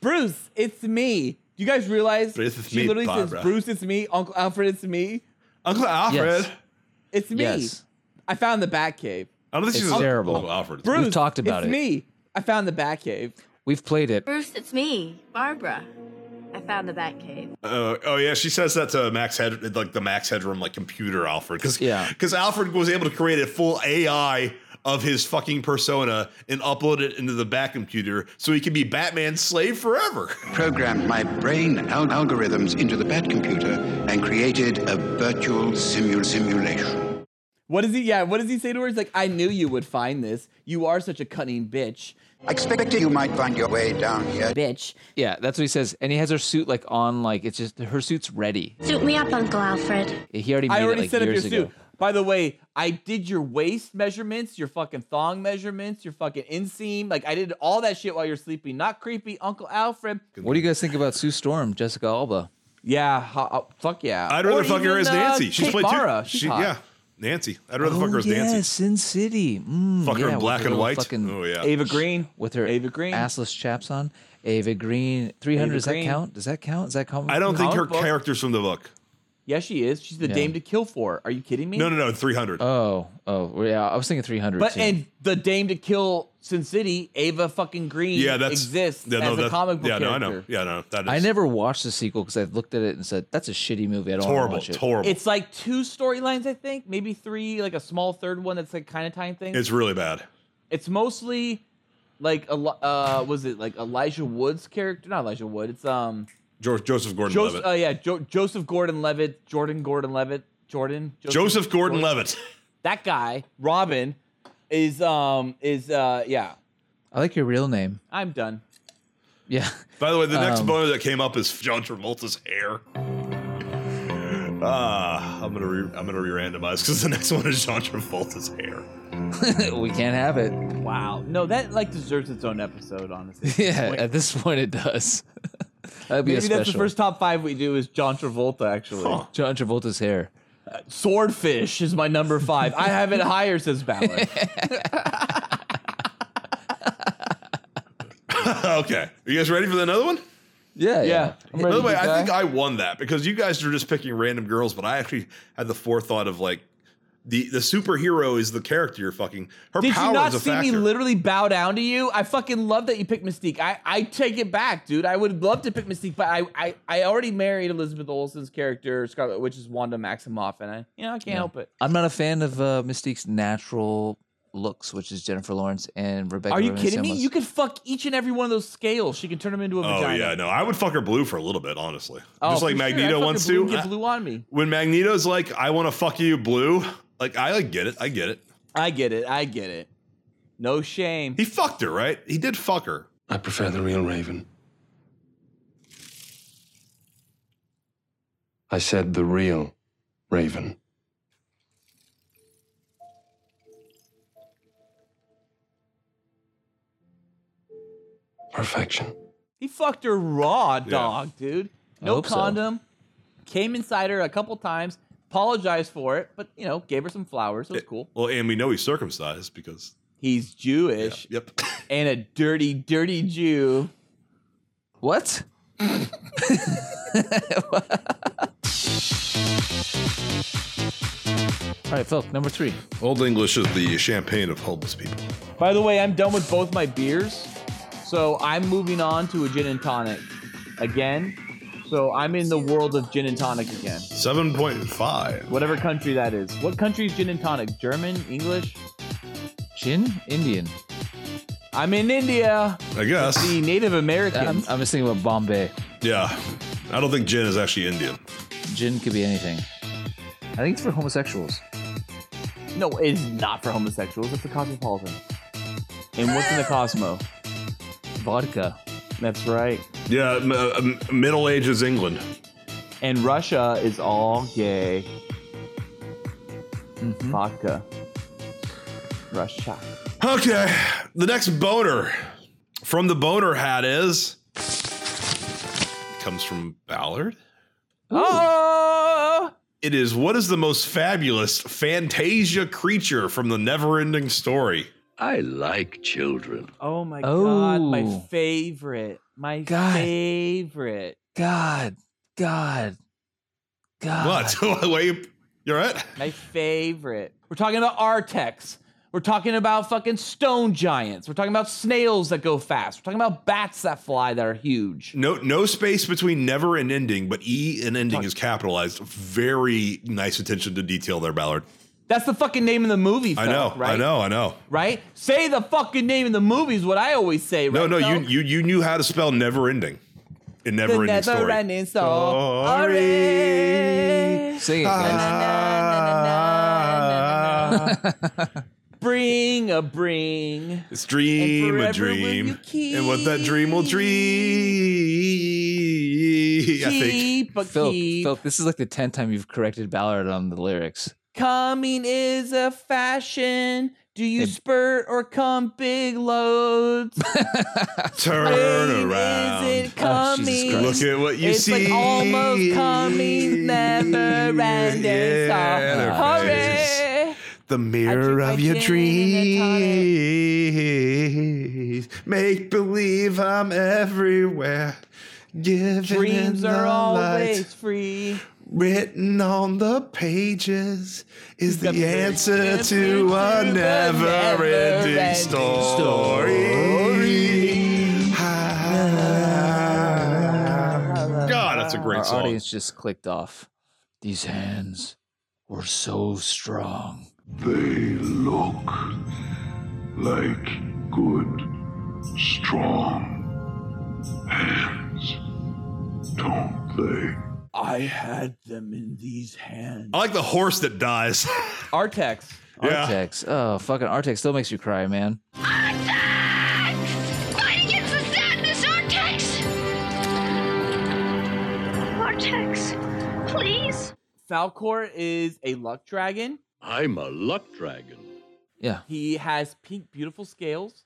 S1: Bruce, it's me. Do you guys realize
S4: Bruce, it's
S1: she
S4: me,
S1: literally
S4: Barbara.
S1: says, Bruce, it's me. Uncle Alfred, it's me.
S4: Uncle Alfred.
S2: Yes.
S1: It's me.
S2: Yes.
S1: I found the Batcave.
S4: I don't think
S2: It's
S4: she's
S2: terrible.
S4: Uncle Alfred.
S1: Bruce,
S2: talked about
S1: it's
S2: it.
S1: me. I found the Batcave.
S2: We've played it.
S18: Bruce, it's me, Barbara. I found the Batcave.
S4: Uh, oh yeah, she says that to Max Head, like the Max Headroom, like computer Alfred, because
S2: Yeah.
S4: because Alfred was able to create a full AI of his fucking persona and upload it into the back computer, so he can be Batman's
S1: [LAUGHS]
S4: slave forever.
S20: programmed my brain al- algorithms into the bat computer and created a virtual simu- simulation.
S1: What does he? Yeah, what does he say to her? He's like, "I knew you would find this. You are such a cunning bitch,
S20: I expected you might find your way down here.
S1: bitch."
S2: Yeah, that's what he says. And he has her suit like on, like it's just her suit's ready.
S19: Suit me up, Uncle Alfred.
S2: He already made
S1: I already
S2: it like
S1: set up your
S2: years ago.
S1: suit. By the way, I did your waist measurements, your fucking thong measurements, your fucking inseam. Like I did all that shit while you're sleeping. Not creepy, Uncle Alfred.
S2: What do you guys think about Sue Storm, Jessica Alba?
S1: Yeah, ho- ho- fuck yeah.
S4: I'd rather
S1: Or
S4: fuck her
S1: even,
S4: as
S1: uh,
S4: Nancy. She's
S1: Kate
S4: played
S1: Mara.
S4: two.
S1: She's
S4: She,
S1: hot.
S4: yeah, Nancy. I'd rather fuck her as
S2: yeah,
S4: Nancy.
S2: Sin City. Mm,
S4: Fuck
S2: Oh, yeah,
S4: her in
S2: with
S4: black
S2: her
S4: and
S2: little
S4: white.
S2: fucking-
S4: oh yeah.
S1: Ava Green.
S2: with her
S1: Ava Green.
S2: assless chaps on. Ava Green, three
S1: Ava
S2: hundred. Does
S1: Green.
S2: that count? Does that count? Is that count?
S4: I don't think her
S1: Comic book.
S4: character's from the book.
S1: Yeah, she is. She's the
S2: Yeah.
S1: dame to kill for. Are you kidding me?
S4: No, no, no. Three hundred.
S2: Oh, oh, well, yeah. I was thinking three hundred.
S1: But and the dame to kill Sin City, Ava fucking Green
S4: yeah, that's
S1: exists
S4: yeah,
S1: as a
S4: that's-
S1: comic book
S4: Yeah,
S1: character.
S4: no, I know. Yeah, no, that is.
S2: I never watched the sequel because I looked at it and said, "That's a shitty movie. I don't
S4: It's
S2: wanna
S4: horrible.
S2: watch
S4: It's
S2: it."
S4: horrible. It's,
S1: It's like two storylines, I think, maybe three, like a small third one that's like kind of tying things. It's,
S4: really bad.
S1: mostly like a uh, was it like Elijah Wood's character? Not Elijah Wood. It's um
S4: George, Joseph Gordon-Levitt.
S1: Joseph. Uh, yeah, jo- Joseph Gordon-Levitt, Jordan Gordon-Levitt, Jordan
S4: Joseph Gordon-Levitt.
S1: That guy, Robin, is um is uh yeah.
S2: I like your real name.
S1: I'm done.
S2: Yeah, [LAUGHS]
S4: By the way, the next
S2: Um,
S4: boner that came up is John Travolta's hair. Ah, I'm gonna re- I'm gonna re-randomize because the next one is John Travolta's hair. [LAUGHS]
S2: we can't have it.
S1: Wow. No, that like deserves its own episode,
S4: [LAUGHS]
S1: honestly.
S2: Yeah,
S1: Like,
S2: at this point it does. [LAUGHS] That'd be
S1: maybe
S2: a special.
S1: that's the first top five we do is John Travolta actually.
S2: John Travolta's hair.
S1: Swordfish is my number five. I have it higher, says
S4: [LAUGHS]
S1: Ballard.
S4: okay, are you guys ready for another one?
S2: Yeah,
S1: yeah. I'm
S4: By
S1: ready
S4: the
S1: to
S4: way, I
S1: die.
S4: think I won that because you guys were just picking random girls, but I actually had the forethought of like the the superhero is the character you're fucking. Her
S1: Did
S4: power
S1: you not
S4: is a
S1: see
S4: factor.
S1: me literally bow down to you? I fucking love that you picked Mystique. I, I take it back, dude. I would love to pick Mystique, but I, I, I already married Elizabeth Olsen's character, Scarlet Witch is Wanda Maximoff, and I you know I can't help it.
S2: I'm not a fan of uh, Mystique's natural looks, which is Jennifer Lawrence and Rebecca.
S1: Are you
S2: Romijn
S1: kidding me?
S2: Samlas.
S1: You could fuck each and every one of those scales. She can turn them into a
S4: Oh
S1: vagina.
S4: yeah, no, I would fuck her blue for a little bit, honestly.
S1: Oh,
S4: Just like
S1: for sure. I'd
S4: Magneto
S1: fucking
S4: wants
S1: blue
S4: to.
S1: and Get
S4: I-
S1: blue on me.
S4: when Magneto's like, "I want to fuck you, blue," like I like get it, I get it.
S1: I get it. I get it. No shame.
S4: He fucked her, right? He did fuck her.
S7: I prefer the real Raven. I said the real Raven. Perfection.
S1: He fucked her raw, dog, dude.
S2: I
S1: No
S2: hope so.
S1: condom. Came inside her a couple times. Apologized for it, but you know, gave her some flowers. It was cool.
S4: Well, and we know he's circumcised because.
S1: He's Jewish
S4: Yep.
S1: and a dirty, dirty Jew.
S2: [LAUGHS] What? All right, Phil, number three.
S4: [LAUGHS] Old English is the champagne of homeless people.
S1: By the way, I'm done with both my beers, so I'm moving on to a gin and tonic again. So I'm in the world of gin and tonic again.
S4: 7.5.
S1: Whatever country that is. What country is gin and tonic? German? English?
S2: Gin? Indian.
S1: I'm in India.
S4: I guess.
S1: The Native Americans.
S2: Uh, I'm, I'm just thinking about Bombay.
S4: Yeah. I don't think gin is actually Indian.
S2: Gin could be anything. I think it's for homosexuals.
S1: No, it is not for homosexuals. It's a cosmopolitan. And what's in the Cosmo?
S2: Vodka.
S1: That's right.
S4: Yeah, m- uh, m- Middle Ages England.
S1: And Russia is all gay. Vodka. Russia.
S4: Okay. The next boner from the boner hat is. Comes from Ballard.
S1: Oh!
S4: It is what is the most fabulous Fantasia creature from the never ending story?
S21: I like children.
S1: Oh my
S2: Oh.
S1: god, my favorite. My
S2: God.
S1: favorite.
S2: God. God.
S1: Ah.
S2: God.
S4: What? [LAUGHS] Wait, you're right?
S1: My favorite. We're talking about Artex. We're talking about fucking stone giants. We're talking about snails that go fast. We're talking about bats that fly that are huge.
S4: No, no space between never and ending, but E and ending is capitalized. Very nice attention to detail there, Ballard.
S1: That's the fucking name of the movie.
S4: I
S1: Phil,
S4: know,
S1: right?
S4: I know, I know.
S1: Right? Say the fucking name of the movie is what I always say.
S4: No,
S1: right,
S4: no, you
S1: Phil?
S4: you you knew how to spell never ending. It never
S1: the
S4: ending
S1: never
S4: story.
S1: ending story.
S4: Sorry.
S2: Sing it,
S4: Uh,
S1: Bring a bring.
S4: [LAUGHS] It's dream a
S1: And forever will
S4: dream,
S1: you
S4: and what that dream will dream. I think.
S1: Keep a
S2: Phil,
S1: keep.
S2: Phil, this is like the 10th time you've corrected Ballard on the lyrics.
S1: Coming is a fashion. Do you spurt or come big loads?
S4: Turn around.
S1: Is it
S2: Oh,
S1: coming?
S2: Jesus Christ.
S4: Look at what you
S1: it's
S4: see.
S1: like almost coming, never ending.
S4: Yeah,
S1: so,
S4: there it is.
S1: hurry.
S4: The mirror
S1: my
S4: of your
S1: gin
S4: dreams. Make believe I'm everywhere. Given in
S1: Dreams
S4: the
S1: are always
S4: light.
S1: free.
S4: Written on the pages is the,
S1: The
S4: answer
S1: answer to
S4: to a
S1: the
S4: never ending
S1: never-ending
S4: story. Ah. God, that's a
S2: Our
S4: great song.
S2: audience just clicked off. These hands were so strong.
S10: They look like good, strong hands, don't they?
S1: I had them in these hands.
S4: I like the horse
S1: [LAUGHS]
S4: that dies.
S1: Artex.
S4: Yeah.
S2: Artex. Oh, fucking Artex still makes you cry, man.
S13: Fight against the sadness, Artex! Artex, please?
S1: Falcor is a luck dragon.
S21: I'm a luck dragon.
S2: Yeah.
S1: He has pink, beautiful scales.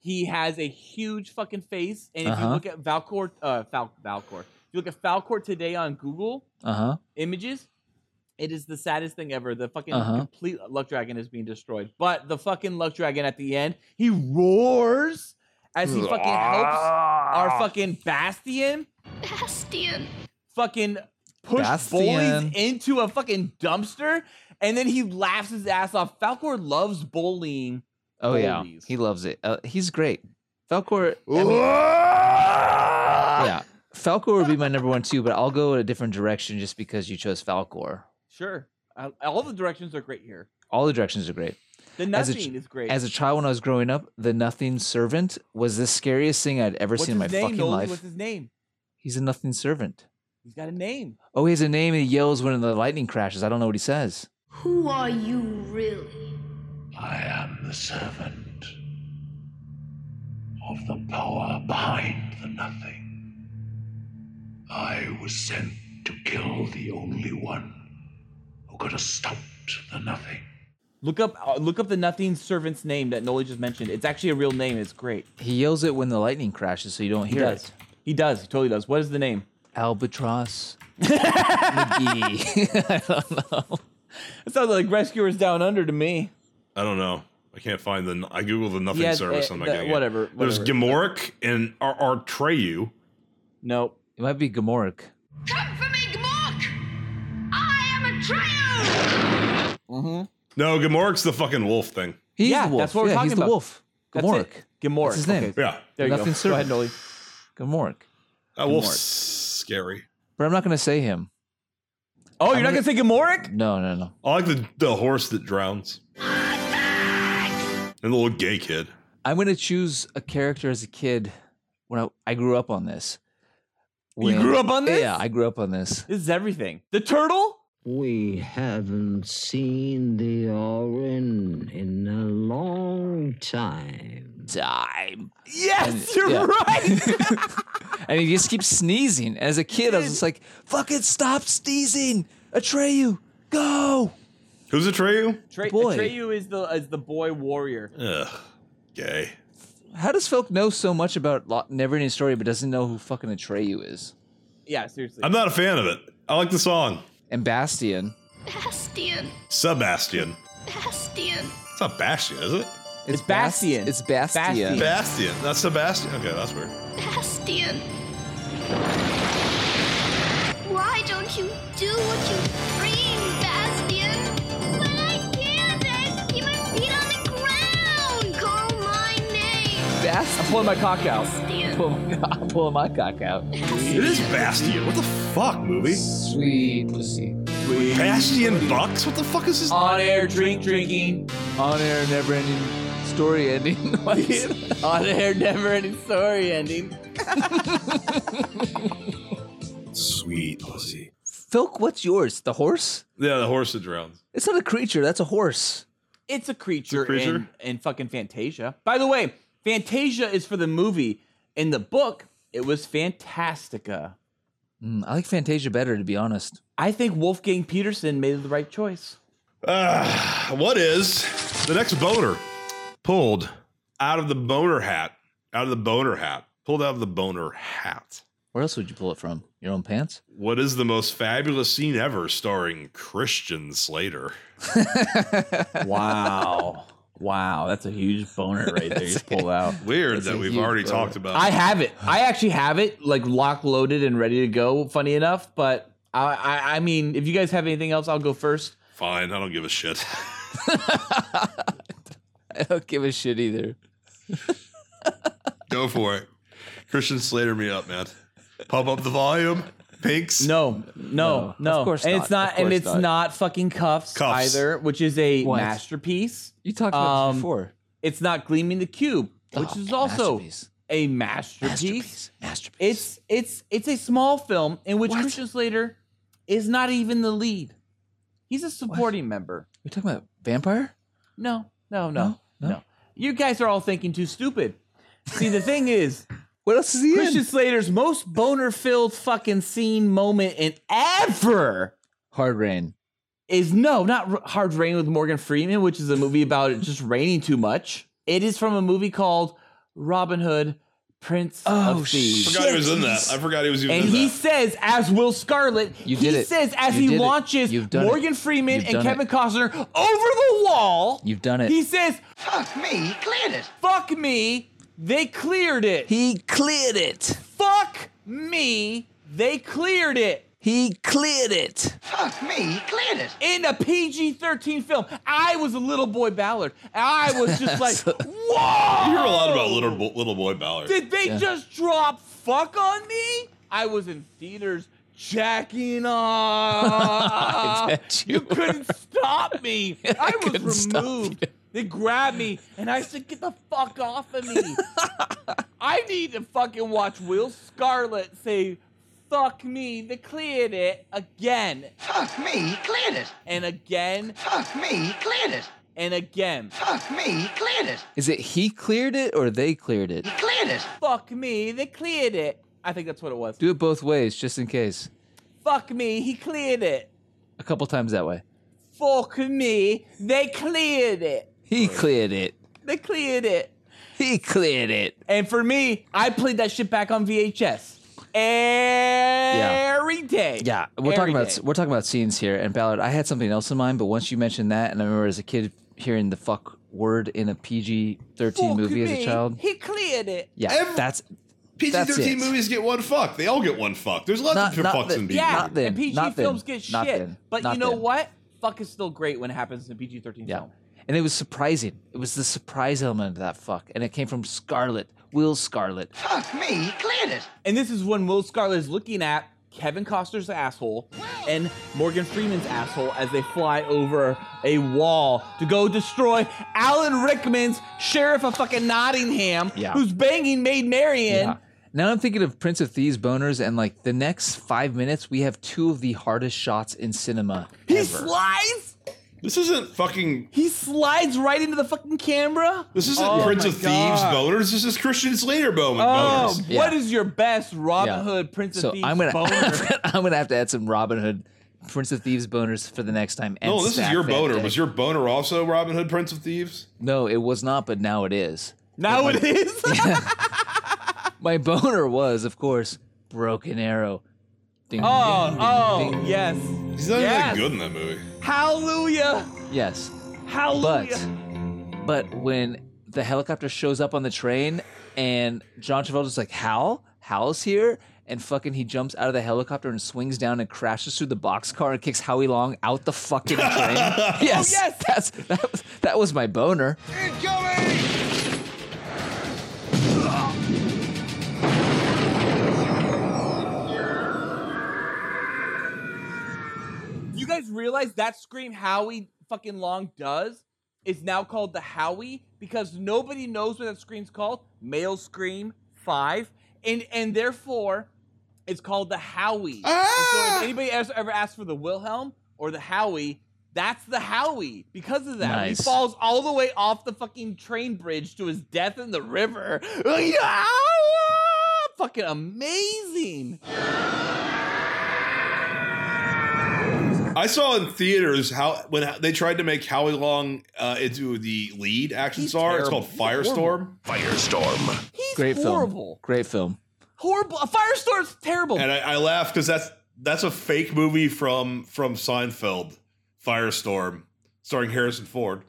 S1: He has a huge fucking face. And if you
S2: Uh-huh.
S1: look at Valcor, uh, Fal- Valcor, if you look at Falcor today on Google
S2: Uh huh.
S1: Images, it is the saddest thing ever. The fucking
S2: Uh-huh.
S1: complete luck dragon is being destroyed. But the fucking luck dragon at the end, he roars as he fucking helps
S4: Ah.
S1: our fucking Bastion
S13: Bastion.
S1: fucking push
S2: Bastion.
S1: bullies into a fucking dumpster, and then he laughs his ass off. Falcor loves bullying.
S2: Oh, yeah.
S1: bullies.
S2: He loves it. Uh, he's great. Falcor. I mean-
S1: Ah.
S2: yeah. Falcor would be my number one, too, but I'll go in a different direction just because you chose Falcor.
S1: Sure, Uh, all the directions are great here.
S2: All the directions are great.
S1: The
S2: As a
S1: nothing
S2: ch-
S1: is great.
S2: As a child, when I was growing up, the Nothing Servant was the scariest thing I'd ever
S1: What's
S2: seen in my
S1: his name?
S2: fucking
S1: Nolan?
S2: life.
S1: What's his name?
S2: He's a Nothing Servant.
S1: He's got a name.
S2: Oh, he has a name and he yells when the lightning crashes. I don't know what he says.
S6: Who are you really?
S10: I am the servant of the power behind the nothing. I was sent to kill the only one who could have stopped the nothing.
S1: Look up, uh, look up the nothing servant's name that Noli just mentioned. It's actually a real name. It's great.
S2: He yells it when the lightning crashes, so you don't
S1: He
S2: hear
S1: does.
S2: it.
S1: He does. He totally does. What is the name? [LAUGHS]
S2: Albatross [LAUGHS] McGee. I don't know.
S1: It sounds like Rescuers Down Under to me.
S4: I don't know. I can't find the. I googled the nothing
S1: Yeah,
S4: service.
S1: uh,
S4: I'm not
S1: the-
S4: getting it.
S1: whatever,
S4: There's
S1: whatever.
S4: Gamoric and Ar- Artreyu.
S1: Nope.
S2: It might be Gamork.
S13: Come for me, Gmork! triumph!
S1: Mm-hmm.
S4: No, Gamorre's the fucking wolf thing.
S2: He's
S1: yeah,
S2: the wolf.
S1: that's what we're
S2: yeah,
S1: talking
S2: he's
S1: about.
S2: the wolf.
S1: That's
S2: Gamorrek.
S1: it. Gamorreek.
S2: That's his name.
S1: Okay.
S4: Yeah.
S1: There you
S2: Nothing
S1: go. Go ahead,
S2: certain.
S1: Noli.
S2: Gamorrek.
S4: That wolf's scary.
S2: But I'm not going to say him.
S1: Oh, you're
S2: I'm
S1: not
S2: gonna-
S1: gonna say Gamorreek?
S2: No, no, no.
S4: I like the, the horse that drowns. And the little gay kid.
S2: I'm going to choose a character as a kid when I, I grew up on this.
S1: You grew up on this?
S2: Yeah, I grew up on this.
S1: This is everything. The turtle?
S22: We haven't seen the Orin in a long time.
S2: Time.
S1: Yes,
S2: And-
S1: you're
S2: yeah.
S1: right.
S2: And he just keeps sneezing. As a kid, I was just like, fucking stop sneezing. Atreyu, go.
S4: Who's Atreyu?
S1: [LAUGHS] Tre-
S2: Boy.
S1: Atreyu is the is the boy warrior.
S4: Ugh. Gay.
S2: How does Felk know so much about Lo- Neverending Story but doesn't know who fucking Atreyu is?
S1: Yeah, seriously.
S4: I'm not a fan of it. I like the song.
S2: And Bastion.
S13: Bastion.
S4: Sebastian.
S13: Bastion.
S4: It's not Bastion, is it?
S1: It's
S2: Bast-
S1: Bastion.
S2: It's Bastion.
S1: Bastion.
S4: Bastion. That's Sebastian. Okay, that's weird.
S13: Bastion. Why don't you do what you dream, Bastion? But I can't, I keep my feet on the ground. Call my name.
S1: I'm pulling my cock out.
S2: [LAUGHS]
S13: Bastion.
S2: Pull Oh my, I'm pulling my cock out.
S4: It is Bastion. What the fuck, movie?
S2: Sweet pussy.
S4: Bastion Bucks? What the fuck is this?
S1: On air drink drinking.
S2: On air, never ending story ending. [LAUGHS] What is-
S1: On air never ending story
S2: [LAUGHS]
S1: ending.
S4: Sweet pussy.
S2: Felk, what's yours? The horse?
S4: Yeah, the horse that drowns.
S2: It's not a creature. That's a horse.
S1: It's a creature,
S4: creature?
S1: In, in fucking Fantasia. By the way, Fantasia is for the movie. In the book, it was Fantastica.
S2: Mm, I like Fantasia better, to be honest.
S1: I think Wolfgang Peterson made the right choice.
S4: Ah, what is the next boner pulled out of the boner hat? Out of the boner hat. Pulled out of the boner hat.
S2: Where else would you pull it from? Your own pants?
S4: What is the most fabulous scene ever starring Christian Slater?
S1: Wow. wow. That's a huge boner right there. You just pulled out.
S4: Weird
S2: That's
S4: that
S2: a
S4: we've
S2: huge
S4: already
S2: boner.
S4: talked about.
S1: I
S4: it.
S1: have it. I actually have it, like lock loaded and ready to go, funny enough. But I, I, I mean, if you guys have anything else, I'll go first.
S4: Fine, I don't give a shit.
S2: I don't give a shit either.
S4: [LAUGHS] Go for it. Christian Slater me up, man. Pump up the volume. Pinks.
S1: No, no, no.
S2: No, of course
S1: and
S2: not.
S1: it's not,
S2: Of
S1: and
S2: course
S1: it's not.
S2: not.
S1: fucking cuffs,
S4: Cuffs.
S1: either, which is a
S2: What?
S1: masterpiece.
S2: You talked about
S1: Um,
S2: this before.
S1: It's not gleaming the cube, which
S2: Oh,
S1: is also
S2: masterpiece.
S1: a masterpiece.
S2: Masterpiece. Masterpiece.
S1: It's it's it's a small film in which
S2: What?
S1: Christian Slater is not even the lead. He's a supporting member.
S2: We're talking about vampire?
S1: No, no, no, no,
S2: No? No?
S1: You guys are all thinking too stupid. See, the thing
S2: [LAUGHS]
S1: is,
S2: What else is he
S1: Christian
S2: in?
S1: Slater's most boner-filled fucking scene moment in ever
S2: Hard rain.
S1: is no, not R- Hard Rain with Morgan Freeman, which is a movie about it just raining too much. It is from a movie called Robin Hood, Prince
S2: Oh,
S1: of Thieves.
S4: I forgot he was in that. I forgot he was even
S1: And
S4: in
S1: he
S4: that.
S1: says, as Will Scarlet,
S2: You
S1: he
S2: did it.
S1: says, as
S2: You
S1: he
S2: did it.
S1: launches
S2: You've done it.
S1: Morgan Freeman
S2: You've
S1: and
S2: done
S1: Kevin
S2: it.
S1: Costner over the wall,
S2: You've done it.
S1: he says,
S23: Fuck me, he cleared it.
S1: fuck me, they cleared it.
S2: he cleared it.
S1: fuck me, they cleared it.
S2: He cleared it.
S23: Fuck me, he cleared it.
S1: In a PG 13 film, I was a little boy Ballard. and I
S2: [LAUGHS]
S1: was just like, whoa!
S4: You hear a lot about little bo- little boy Ballard.
S1: Did they
S2: Yeah.
S1: just drop fuck on me? I was in theaters
S2: [LAUGHS]
S1: jacking off.
S2: bet
S1: [LAUGHS] you
S2: you
S1: couldn't stop me. I,
S2: couldn't
S1: was
S2: stop
S1: removed. They grabbed me and I said, get the fuck off of [LAUGHS] me. I need to fucking watch Will Scarlet say, fuck me, they cleared it again
S23: Fuck me, he cleared it.
S1: and again
S23: Fuck me, he cleared it.
S1: and again.
S23: Fuck me, he cleared it.
S2: Is it he cleared it or they cleared it?
S23: He cleared it.
S1: Fuck me, they cleared it. I think that's what it was.
S2: Do it both ways, just in case.
S1: Fuck me, he cleared it.
S2: A couple times that way.
S1: Fuck me. They cleared it.
S2: He cleared it.
S1: They cleared it.
S2: He cleared it.
S1: And for me, I played that shit back on VHS every day.
S2: Yeah, we're
S1: Every
S2: talking about
S1: day.
S2: we're talking about scenes here. And Ballard, I had something else in mind, but once you mentioned that, and I remember as a kid hearing the fuck word in a PG thirteen
S1: Fuck
S2: movie as
S1: me,
S2: a child.
S1: He cleared it.
S2: Yeah, that's
S4: PG
S2: That's it.
S4: thirteen movies get one fuck. They all get one fuck. There's lots
S2: Not-
S4: of
S2: not
S4: fucks
S2: the-
S4: in PG.
S1: Yeah,
S2: Not then,
S1: and PG
S2: not
S1: films
S2: then,
S1: get
S2: not
S1: shit.
S2: then,
S1: but
S2: not
S1: you know
S2: then.
S1: what? Fuck is still great when it happens in a PG thirteen
S2: Yeah.
S1: film.
S2: And it was surprising. It was the surprise element of that fuck. And it came from Scarlet, Will Scarlet.
S5: Fuck me, Gladys.
S1: And this is when Will Scarlet is looking at Kevin Costner's asshole and Morgan Freeman's asshole as they fly over a wall to go destroy Alan Rickman's sheriff of fucking Nottingham,
S2: Yeah.
S1: who's banging Maid Marian.
S2: Yeah. Now I'm thinking of Prince of Thieves boners, and like the next five minutes, we have two of the hardest shots in cinema
S1: He
S2: ever.
S1: slides.
S4: This isn't fucking.
S1: He slides right into the fucking camera.
S4: This isn't
S1: Oh
S4: Prince
S1: my God.
S4: of Thieves boners. This is Christian Slater bone
S1: Oh,
S4: boners.
S1: what is your best Robin
S2: Yeah.
S1: Hood Prince of
S2: so
S1: Thieves
S2: I'm gonna [LAUGHS]
S1: boner?
S2: I'm gonna have to add some Robin Hood, Prince of Thieves boners for the next time. And
S4: No, Oh, this is
S2: stack
S4: your
S2: that
S4: boner.
S2: day.
S4: Was your boner also Robin Hood Prince of Thieves?
S2: no, it was not, but now it is.
S1: Now it is. [LAUGHS]
S2: My [LAUGHS] boner was, of course, Broken Arrow. Ding,
S1: Oh,
S2: ding,
S1: oh,
S2: ding, [LAUGHS] ding.
S1: yes.
S4: He's not
S1: Yes.
S4: even good in that movie.
S1: Hallelujah.
S2: Yes.
S1: Hallelujah.
S2: But but when the helicopter shows up on the train and John Travolta's like, Hal? Hal's here? And fucking he jumps out of the helicopter and swings down and crashes through the boxcar and kicks Howie Long out the fucking train. yes,
S1: yes.
S2: [LAUGHS] That's that was that was my boner.
S1: You guys realize that scream Howie fucking Long does is now called the Howie because nobody knows what that scream's called. Male Scream 5. And and therefore it's called the Howie. And So if anybody else ever asks for the Wilhelm or the Howie, that's the Howie because of that. When He
S2: Nice.
S1: falls all the way off the fucking train bridge to his death in the river. [LAUGHS] Fucking amazing.
S4: I saw in theaters how when they tried to make Howie Long uh, into the lead action
S1: He's
S4: star. It's
S1: terrible.
S4: called
S1: He's
S4: Firestorm,
S21: Firestorm.
S1: He's
S2: Great
S1: horrible.
S2: film. Great film.
S1: Horrible. Firestorm's terrible.
S4: and I, I laugh because that's that's a fake movie from from Seinfeld, Firestorm, starring Harrison Ford,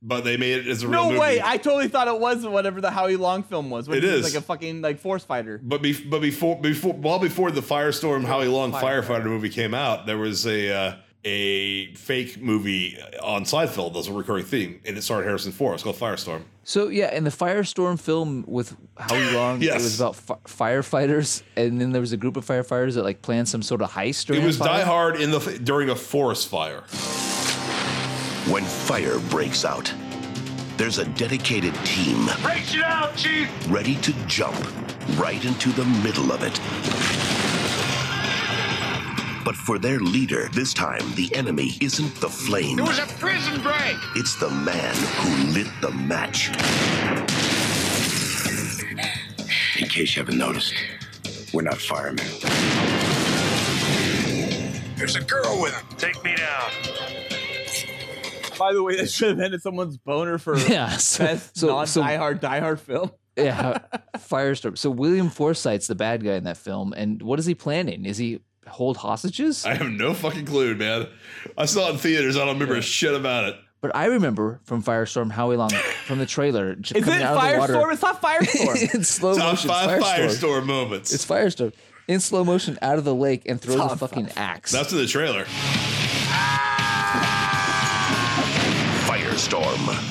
S4: but they made it as a real
S1: No
S4: movie.
S1: way! I totally thought it was whatever the Howie Long film was. When
S4: It
S1: he was
S4: is.
S1: like a fucking like force fighter.
S4: But be, but before before well before the Firestorm Howie Long firefighter movie came out, there was a uh, a fake movie on Seinfeld that's a recurring theme, and it starred Harrison Ford. It's called Firestorm.
S2: So yeah, in the Firestorm film with Howie Long,
S4: Yes.
S2: it was about fi- firefighters, and then there was a group of firefighters that like planned some sort of heist.
S4: It
S2: during a
S4: was
S2: fire.
S4: Die Hard in the during a forest fire.
S10: When fire breaks out, there's a dedicated team
S7: Breaks it out, Chief!
S10: ready to jump right into the middle of it. But for their leader, this time the enemy isn't the flame,
S7: It was a prison break!
S10: it's the man who lit the match.
S20: In case you haven't noticed, we're not firemen.
S10: There's a girl with him. Take me down.
S1: [LAUGHS] By the way, that should have ended someone's boner for
S2: [LAUGHS] [LAUGHS] Yeah, so-
S1: best
S2: so-
S1: non
S2: so-
S1: Die Hard Die Hard film.
S2: yeah, Firestorm. So William Forsythe's the bad guy in that film, and what is he planning? Is he hold hostages?
S4: I have no fucking clue, man. I saw it in theaters. I don't remember a shit about it.
S2: but I remember from Firestorm Howie Long from the trailer j-
S1: Is it
S2: coming out of the
S1: Firestorm?
S2: water [LAUGHS]
S1: It's not Firestorm.
S2: in slow
S4: Top
S2: motion.
S4: five
S2: Firestorm.
S4: Firestorm moments.
S2: It's Firestorm in slow motion out of the lake and throws
S1: Top
S2: a fucking axe.
S4: that's in the trailer.
S10: Firestorm.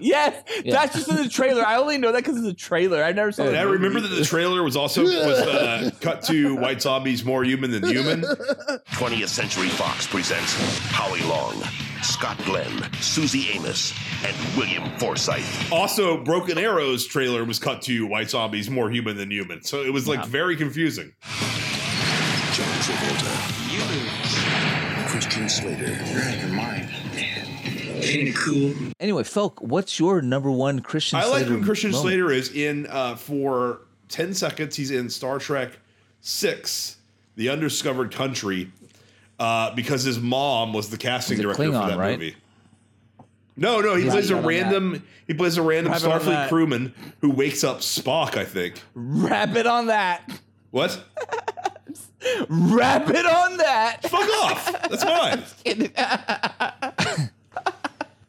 S1: yes,
S2: Yeah.
S1: that's just in the trailer. I only know that because it's a trailer. I never saw.
S4: And
S1: the
S4: I
S1: movie.
S4: remember that the trailer was also was uh, cut to White Zombies More Human Than Human.
S10: 20th Century Fox presents Howie Long, Scott Glenn, Susie Amos, and William Forsythe.
S4: Also, Broken Arrow's trailer was cut to White Zombies More Human Than Human. So it was like very confusing.
S10: John Travolta. Christian Slater. You're out of your mind. cool.
S2: Anyway, Felk, what's your number one Christian?
S4: I like
S2: Slater
S4: when Christian
S2: moment?
S4: Slater is in uh, for 10 seconds. He's in Star Trek 6, The Undiscovered Country, uh, because his mom was the casting
S2: He's a
S4: director
S2: Klingon,
S4: for that
S2: right?
S4: movie. No, no, he
S2: Yeah,
S4: plays a
S2: not on that.
S4: random he plays a random
S1: Private on
S4: Starfleet
S1: that.
S4: crewman who wakes up Spock, I think.
S1: Wrap it on that.
S4: What?
S1: Wrap it on that. [LAUGHS]
S4: Fuck off. That's mine.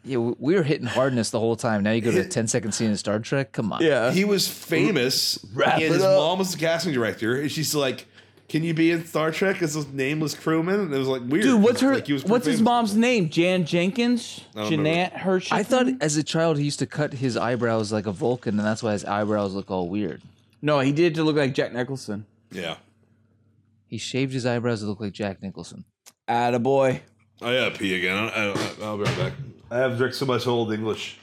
S2: Yeah, w- We were hitting hardness the whole time. Now you
S4: [LAUGHS]
S2: go to a 10 second scene in Star Trek. Come on.
S4: He was famous.
S2: Wrap
S4: and
S2: it
S4: his
S2: up.
S4: mom was the casting director. And she's like, Can you be in Star Trek as this nameless crewman? And it was like weird.
S1: Dude, what's her?
S4: Like, he was pretty
S1: what's his
S4: famous.
S1: mom's name? Jan Jenkins,
S4: I don't remember.
S1: Jeanette Hershey.
S2: I thought as a child he used to cut his eyebrows like a Vulcan, and that's why his eyebrows look all weird.
S1: No, he did it to look like Jack Nicholson.
S4: Yeah.
S2: He shaved his eyebrows to look like Jack Nicholson.
S1: Attaboy.
S4: I gotta pee again. I, I, I'll be right back. I have drank so much old English.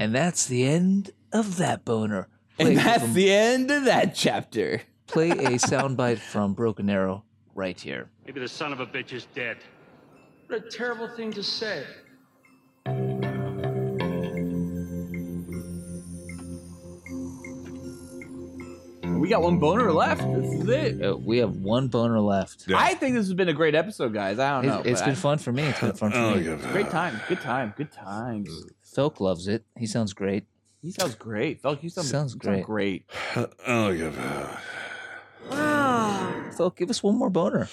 S2: And that's the end of that boner.
S1: And
S2: Play
S1: that's
S2: from-
S1: the end of that chapter.
S2: [LAUGHS] play a soundbite from Broken Arrow right here.
S24: Maybe the son of a bitch is dead.
S7: What a terrible thing to say.
S1: We got one boner left. This is it.
S2: Uh, we have one boner left.
S1: I think this has been a great episode, guys. I don't know.
S2: It's- it's
S1: but
S2: been
S1: I-
S2: fun for me. It's been fun for
S1: Oh,
S2: me.
S1: yeah. It's a
S4: Uh,
S1: great time. Good time. Good times.
S2: Felk loves it. He sounds great.
S1: He sounds great. Felk, you sound,
S2: Sounds
S1: you
S2: great.
S1: Sound great.
S4: Oh, God.
S2: Felk, give us one more boner.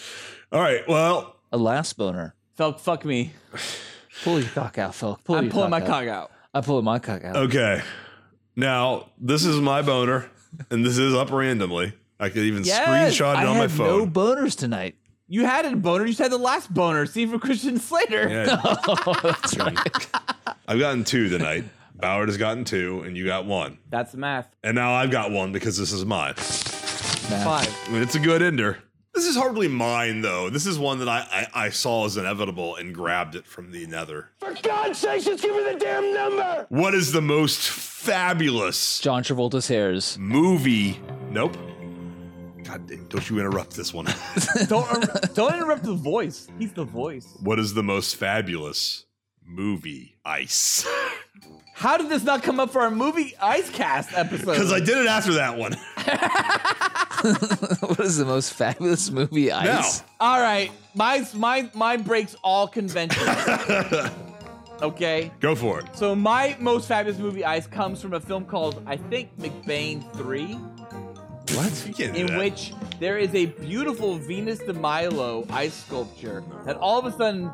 S4: All right. Well,
S2: a last boner.
S1: Felk, fuck me.
S2: Pull your cock out, Felk. Pull
S1: I'm
S2: your
S1: pulling my cock out.
S2: I'm pulling my cock out.
S4: Okay. Now, this is my boner, and this is up randomly. I could even screenshot it on my phone.
S2: no boners tonight. [LAUGHS]
S1: You had a boner. You just had the last boner. See for Christian Slater. [LAUGHS]
S4: Yeah.
S2: that's right.
S4: [LAUGHS] I've gotten two tonight. Ballard has gotten two, and you got one.
S1: That's the math.
S4: And now I've got one because this is mine.
S1: Five.
S4: I mean, it's a good ender. This is hardly mine, though. This is one that I, I, I saw as inevitable and grabbed it from the nether.
S7: For God's sake, just give me the damn number!
S4: What is the most fabulous
S2: John Travolta's hairs.
S4: movie? Nope. God, dang, don't you interrupt this
S1: [LAUGHS]
S4: one.
S1: don't don't interrupt the voice. He's the voice.
S4: what is the most fabulous movie?
S1: [LAUGHS]
S4: Ice.
S1: How did this not come up for our movie Ice Cast episode?
S4: Because I did it after that one. [LAUGHS]
S2: [LAUGHS] what is the most fabulous movie? Ice.
S1: All right, my my my breaks all convention.
S4: [LAUGHS]
S1: okay.
S4: Go for it.
S1: So my most fabulous movie Ice comes from a film called I think McBain Three,
S4: What? You can't do
S1: in
S4: that.
S1: which there is a beautiful Venus de Milo ice sculpture that all of a sudden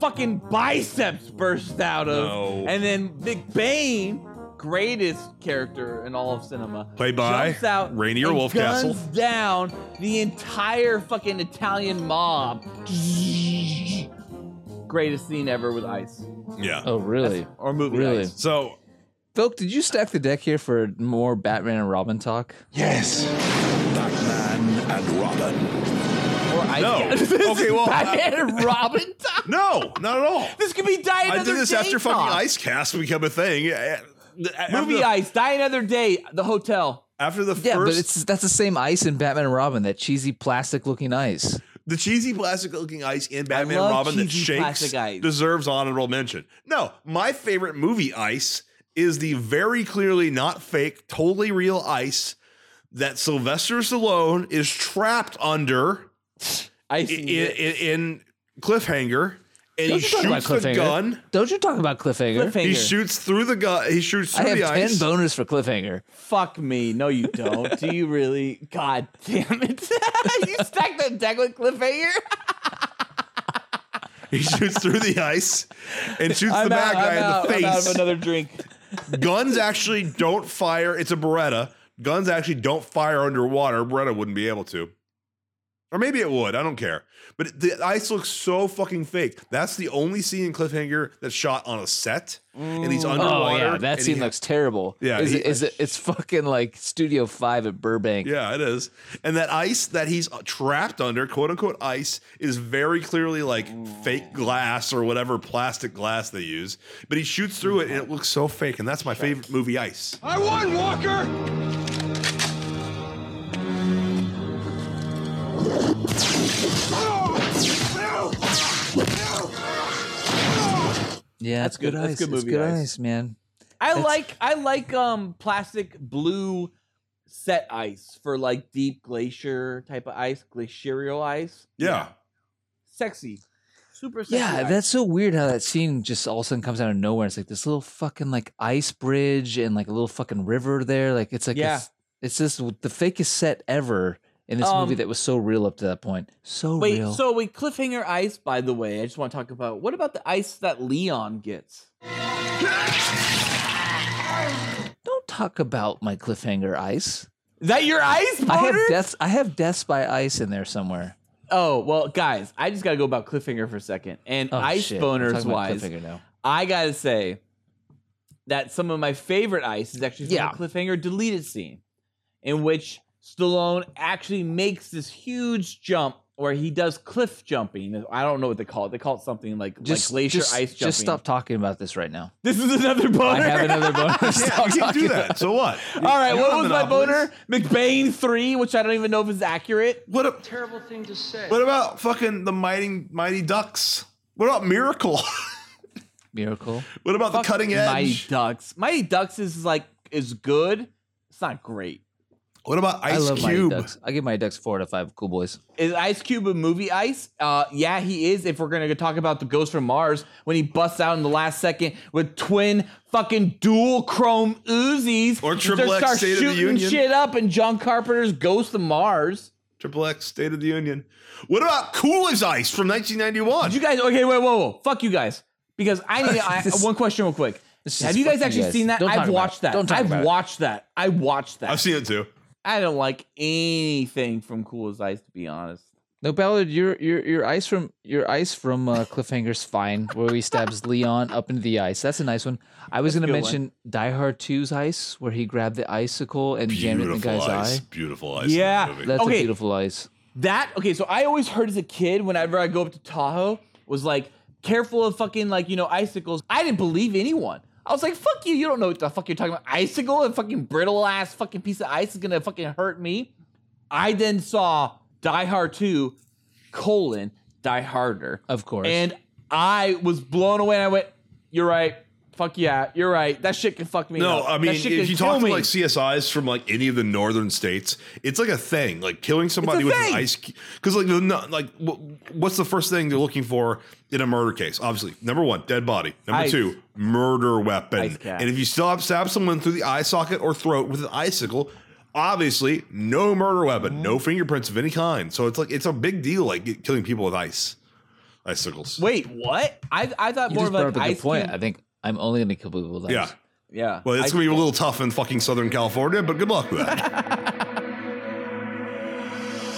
S1: fucking biceps burst out of,
S4: No.
S1: and then McBain, greatest character in all of cinema,
S4: Played by
S1: jumps out
S4: Rainier
S1: and
S4: Wolfcastle.
S1: guns down the entire fucking Italian mob. Greatest scene ever with ice.
S4: Yeah.
S2: Oh, really?
S1: or movie
S2: Really?
S1: ice.
S4: So,
S2: Felk, did you stack the deck here for more Batman and Robin talk?
S20: Yes. Batman and Robin.
S1: Or ice.
S4: No.
S1: This
S4: Okay,
S1: is [LAUGHS]
S4: well,
S1: Batman and Robin [LAUGHS] time.
S4: No, not at all.
S1: This could be die another
S4: I did this
S1: day
S4: after
S1: talk.
S4: fucking Ice Cast become a thing. Uh, After
S1: Movie
S4: the,
S1: ice. Die another day. The hotel.
S4: After the
S2: Yeah,
S4: first,
S2: but it's that's the same ice in Batman and Robin, that cheesy plastic looking ice.
S4: the cheesy plastic looking ice in Batman and
S1: love
S4: Robin that
S1: cheesy
S4: shakes
S1: plastic ice.
S4: deserves honorable mention. No, my favorite movie ice is the very clearly not fake, totally real ice that Sylvester Stallone is trapped under
S1: Ice.
S4: in, in, in Cliffhanger, and he
S2: Don't you talk about
S4: shoots the
S2: cliffhanger.
S4: gun.
S2: Don't you talk about cliffhanger.
S1: Cliffhanger.
S4: He shoots through the gun. He shoots
S2: I
S4: through
S2: have
S4: the
S2: ten
S4: ice.
S2: boners for cliffhanger.
S1: Fuck me. No, you don't. Do you really? God damn it. [LAUGHS] you stacked that deck with cliffhanger?
S4: He shoots through the ice and shoots
S1: I'm
S4: the
S1: out,
S4: bad guy
S1: I'm
S4: in
S1: out,
S4: the
S1: I'm out of
S4: face.
S1: another drink.
S4: Guns actually don't fire. It's a Beretta. Guns actually don't fire underwater. Beretta wouldn't be able to. Or maybe it would. I don't care. But the ice looks so fucking fake. That's the only scene in Cliffhanger that's shot on a set. And he's underwater.
S2: Oh yeah, that
S4: and
S2: scene
S4: he-
S2: looks terrible.
S4: Yeah,
S2: is,
S4: he-
S2: it, is it? It's fucking like Studio Five at Burbank.
S4: Yeah, it is. And that ice that he's trapped under, quote unquote ice, is very clearly like fake glass or whatever plastic glass they use. But he shoots through it and it looks so fake. And that's my favorite movie, Ice.
S7: I won, Walker!
S2: Yeah,
S1: That's
S2: it's good,
S1: good- that's
S2: ice.
S1: good
S2: it's
S1: movie
S2: good
S1: ice.
S2: ice, man.
S1: I
S2: That's-
S1: like I like um plastic blue set ice for like deep glacier type of ice, glacial ice. [LAUGHS]
S4: Yeah.
S1: Sexy. Super sexy.
S2: Yeah,
S1: ice.
S2: that's so weird how that scene just all of a sudden comes out of nowhere. It's like this little fucking like ice bridge and like a little fucking river there. Like it's like
S1: Yeah.
S2: it's, it's just the fakest set ever, in this
S1: Um,
S2: movie that was so real up to that point. So
S1: Wait,
S2: real.
S1: so we cliffhanger ice, by the way. I just want to talk about what about the ice that Leon gets?
S2: Don't talk about my cliffhanger ice.
S1: That your ice,
S2: I have
S1: boner?
S2: deaths. I have deaths by ice in there somewhere.
S1: Oh, well, guys, I just got to go about cliffhanger for a second. And
S2: Oh,
S1: ice
S2: shit. We're
S1: boners
S2: talking about
S1: wise,
S2: cliffhanger now.
S1: I got to say that some of my favorite ice is actually from
S2: Yeah.
S1: the cliffhanger deleted scene in which Stallone actually makes this huge jump where he does cliff jumping. I don't know what they call it. They call it something like, like
S2: Just
S1: glacier
S2: just-
S1: ice jumping.
S2: Just stop talking about this right now.
S1: This is another boner.
S2: I have another boner.
S4: Yeah,
S2: Stop
S4: you can
S2: talking
S4: do
S2: about
S4: that. So what?
S1: [LAUGHS] All right,
S4: You're
S1: what
S4: not
S1: was my
S4: monopolies.
S1: boner? McBain 3, which I don't even know if is accurate.
S4: What a,
S25: Terrible thing to say.
S4: what about fucking the mighty mighty ducks? What about miracle? [LAUGHS]
S2: Miracle.
S4: what about the cutting edge?
S1: Mighty Ducks. Mighty Ducks is like is good. It's not great.
S4: What about
S2: I
S4: Ice
S2: love Mighty
S4: Cube?
S2: Ducks. I give Mighty Ducks four out of five. Cool boys.
S1: Is Ice Cube a movie ice? Uh, yeah, he is. If we're gonna talk about the Ghost from Mars, when he busts out in the last second with twin fucking dual chrome Uzis,
S4: Or
S1: and
S4: Triple
S1: just
S4: X
S1: start
S4: State of the
S1: shooting
S4: Union.
S1: shit up, and John Carpenter's Ghost of Mars.
S4: Triple X, State of the Union. What about Cool as Ice from 1991?
S1: Did you guys? Okay, wait, whoa, whoa, fuck you guys, because I
S2: [LAUGHS]
S1: need I,
S2: This-
S1: one question real quick.
S2: This
S1: Have
S2: is
S1: you guys
S2: fucking
S1: actually
S2: guys.
S1: seen that?
S2: Don't talk
S1: I've
S2: about
S1: watched
S2: it.
S1: that.
S2: Don't talk
S1: I've
S2: about it.
S1: watched that. I watched that.
S4: I've seen it too.
S1: I don't like anything from Cool as Ice, to be honest.
S2: No, Ballard, your your your ice from your ice from uh, Cliffhanger's fine, where he
S1: [LAUGHS]
S2: stabs Leon up into the ice. That's a nice one. I was
S1: That's a
S2: gonna
S1: good one.
S2: mention Die Hard 2's ice, where he grabbed the icicle and jammed it in the
S4: Beautiful
S2: guy's
S4: ice.
S2: eye.
S4: Beautiful ice. in
S1: Yeah.
S4: that movie.
S2: That's
S1: Okay.
S2: a beautiful ice.
S1: That okay, so I always heard as a kid whenever I go up to Tahoe was like careful of fucking like you know icicles. I didn't believe anyone. I was like, fuck you, you don't know what the fuck you're talking about. Icicle and fucking brittle ass fucking piece of ice is gonna fucking hurt me. I then saw Die Hard 2 colon Die Harder.
S2: Of course.
S1: And I was blown away and I went, You're right. Fuck yeah, you're right. That shit can fuck me
S4: No,
S1: up.
S4: I
S1: That
S4: mean,
S1: shit
S4: if
S1: can
S4: you
S1: kill
S4: talk to
S1: me.
S4: like CSIs from like any of the northern states, it's like a thing. Like killing somebody with
S1: thing.
S4: an ice, because like the no- like wh- what's the first thing they're looking for in a murder case? Obviously, number one, dead body. Number
S1: Ice.
S4: two, murder weapon.
S1: Ice cap.
S4: And if you stab, stab someone through the eye socket or throat with an icicle, obviously no murder weapon,
S1: Mm-hmm.
S4: no fingerprints of any kind. So it's like it's a big deal, like get- killing people with ice, icicles.
S1: Wait, what? I I thought
S2: You
S1: more
S2: just
S1: of
S2: brought
S1: like
S2: up a
S1: ice
S2: good point.
S1: Cube-
S2: I think I'm only gonna kill people with ice.
S4: Yeah.
S1: Yeah.
S4: Well, it's
S1: Ice
S4: gonna be a little tough in fucking Southern California, but good luck with that. [LAUGHS]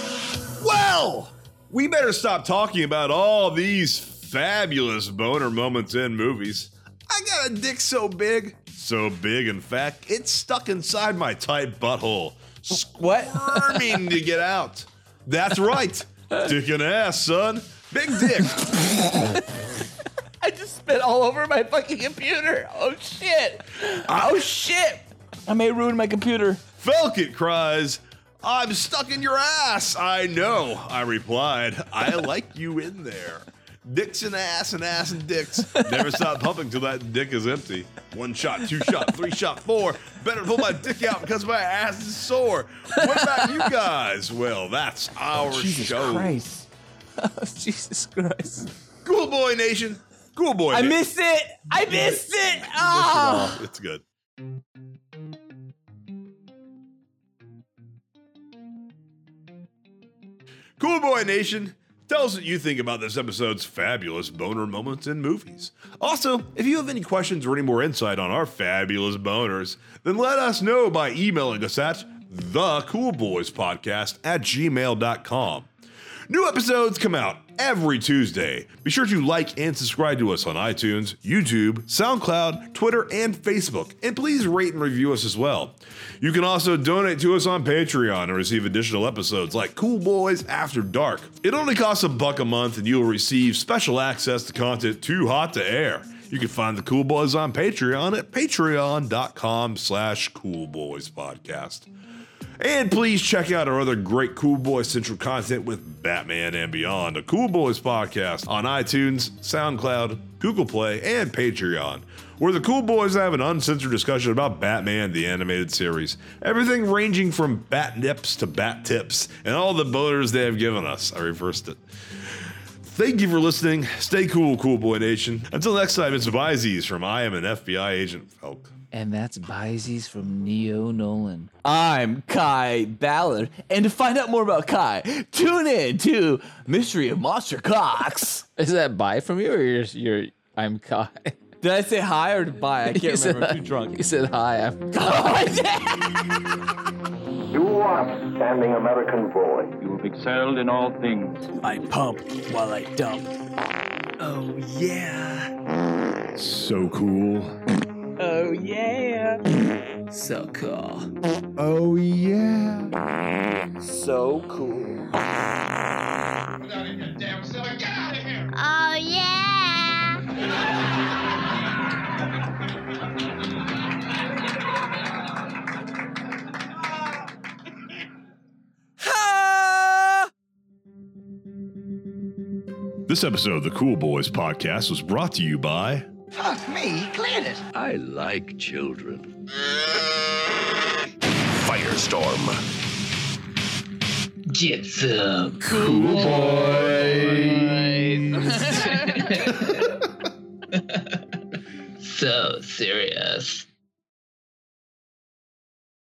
S4: well, we better stop talking about all these fabulous boner moments in movies. I got a dick so big, so big in fact, it's stuck inside my tight butthole,
S1: What?
S4: squirming to get out. That's right, dick and ass, son. Big dick.
S1: I just spit all over my fucking computer. Oh shit. Oh shit. I may ruin my computer.
S4: Falcon cries, I'm stuck in your ass. I know. I replied, I like you in there. Dicks and ass and ass and dicks. Never stop pumping till that dick is empty. One shot, two shot, three shot, four. Better pull my dick out because my ass is sore. What about you guys? Well, that's our show.
S1: Christ.
S2: [LAUGHS] Jesus Christ.
S4: Cool boy nation. Cool boy.
S1: I
S4: Nation.
S1: missed it. I missed it. Ah.
S4: It's good. Cool Boy Nation, tell us what you think about this episode's fabulous boner moments in movies. Also, if you have any questions or any more insight on our fabulous boners, then let us know by emailing us at thecoolboyspodcast at gmail.com. New episodes come out every Tuesday. Be sure to like and subscribe to us on iTunes, YouTube, SoundCloud, Twitter, and Facebook. And please rate and review us as well. You can also donate to us on Patreon and receive additional episodes like Cool Boys After Dark. It only costs a buck a month, and you will receive special access to content too hot to air. You can find the Cool Boys on Patreon at patreon.com slash Cool Boys Podcast. And please check out our other great Cool Boys Central content with Batman and Beyond, a Cool Boys podcast on iTunes, SoundCloud, Google Play, and Patreon, where the Cool Boys have an uncensored discussion about Batman the animated series. Everything ranging from bat nips to bat tips, and all the boners they have given us. I reversed it. Thank you for listening. Stay cool, Cool Boy Nation. Until next time, it's Vizies from I Am an FBI Agent Falk.
S2: And that's Byzies from Neo Nolan.
S1: I'm Kai Ballard, and to find out more about Kai, tune in to Mystery of Monster Cox.
S2: Is that bye from you, or you're, you're I'm Kai? [LAUGHS]
S1: Did I say hi or bye? I can't remember. I'm too drunk.
S2: You said hi. I'm
S1: [LAUGHS]
S26: You are an outstanding American boy. You have excelled in all things.
S27: I pump while I dump. Oh, yeah.
S4: So cool.
S27: Oh, yeah. So cool.
S4: Oh, yeah.
S27: So cool.
S13: Oh, yeah.
S4: This episode of the Cool Boys podcast was brought to you by
S28: Fuck me, Gladys.
S29: I like children.
S30: Firestorm.
S27: Get some
S30: Cool
S27: boys.
S2: [LAUGHS]
S27: so serious.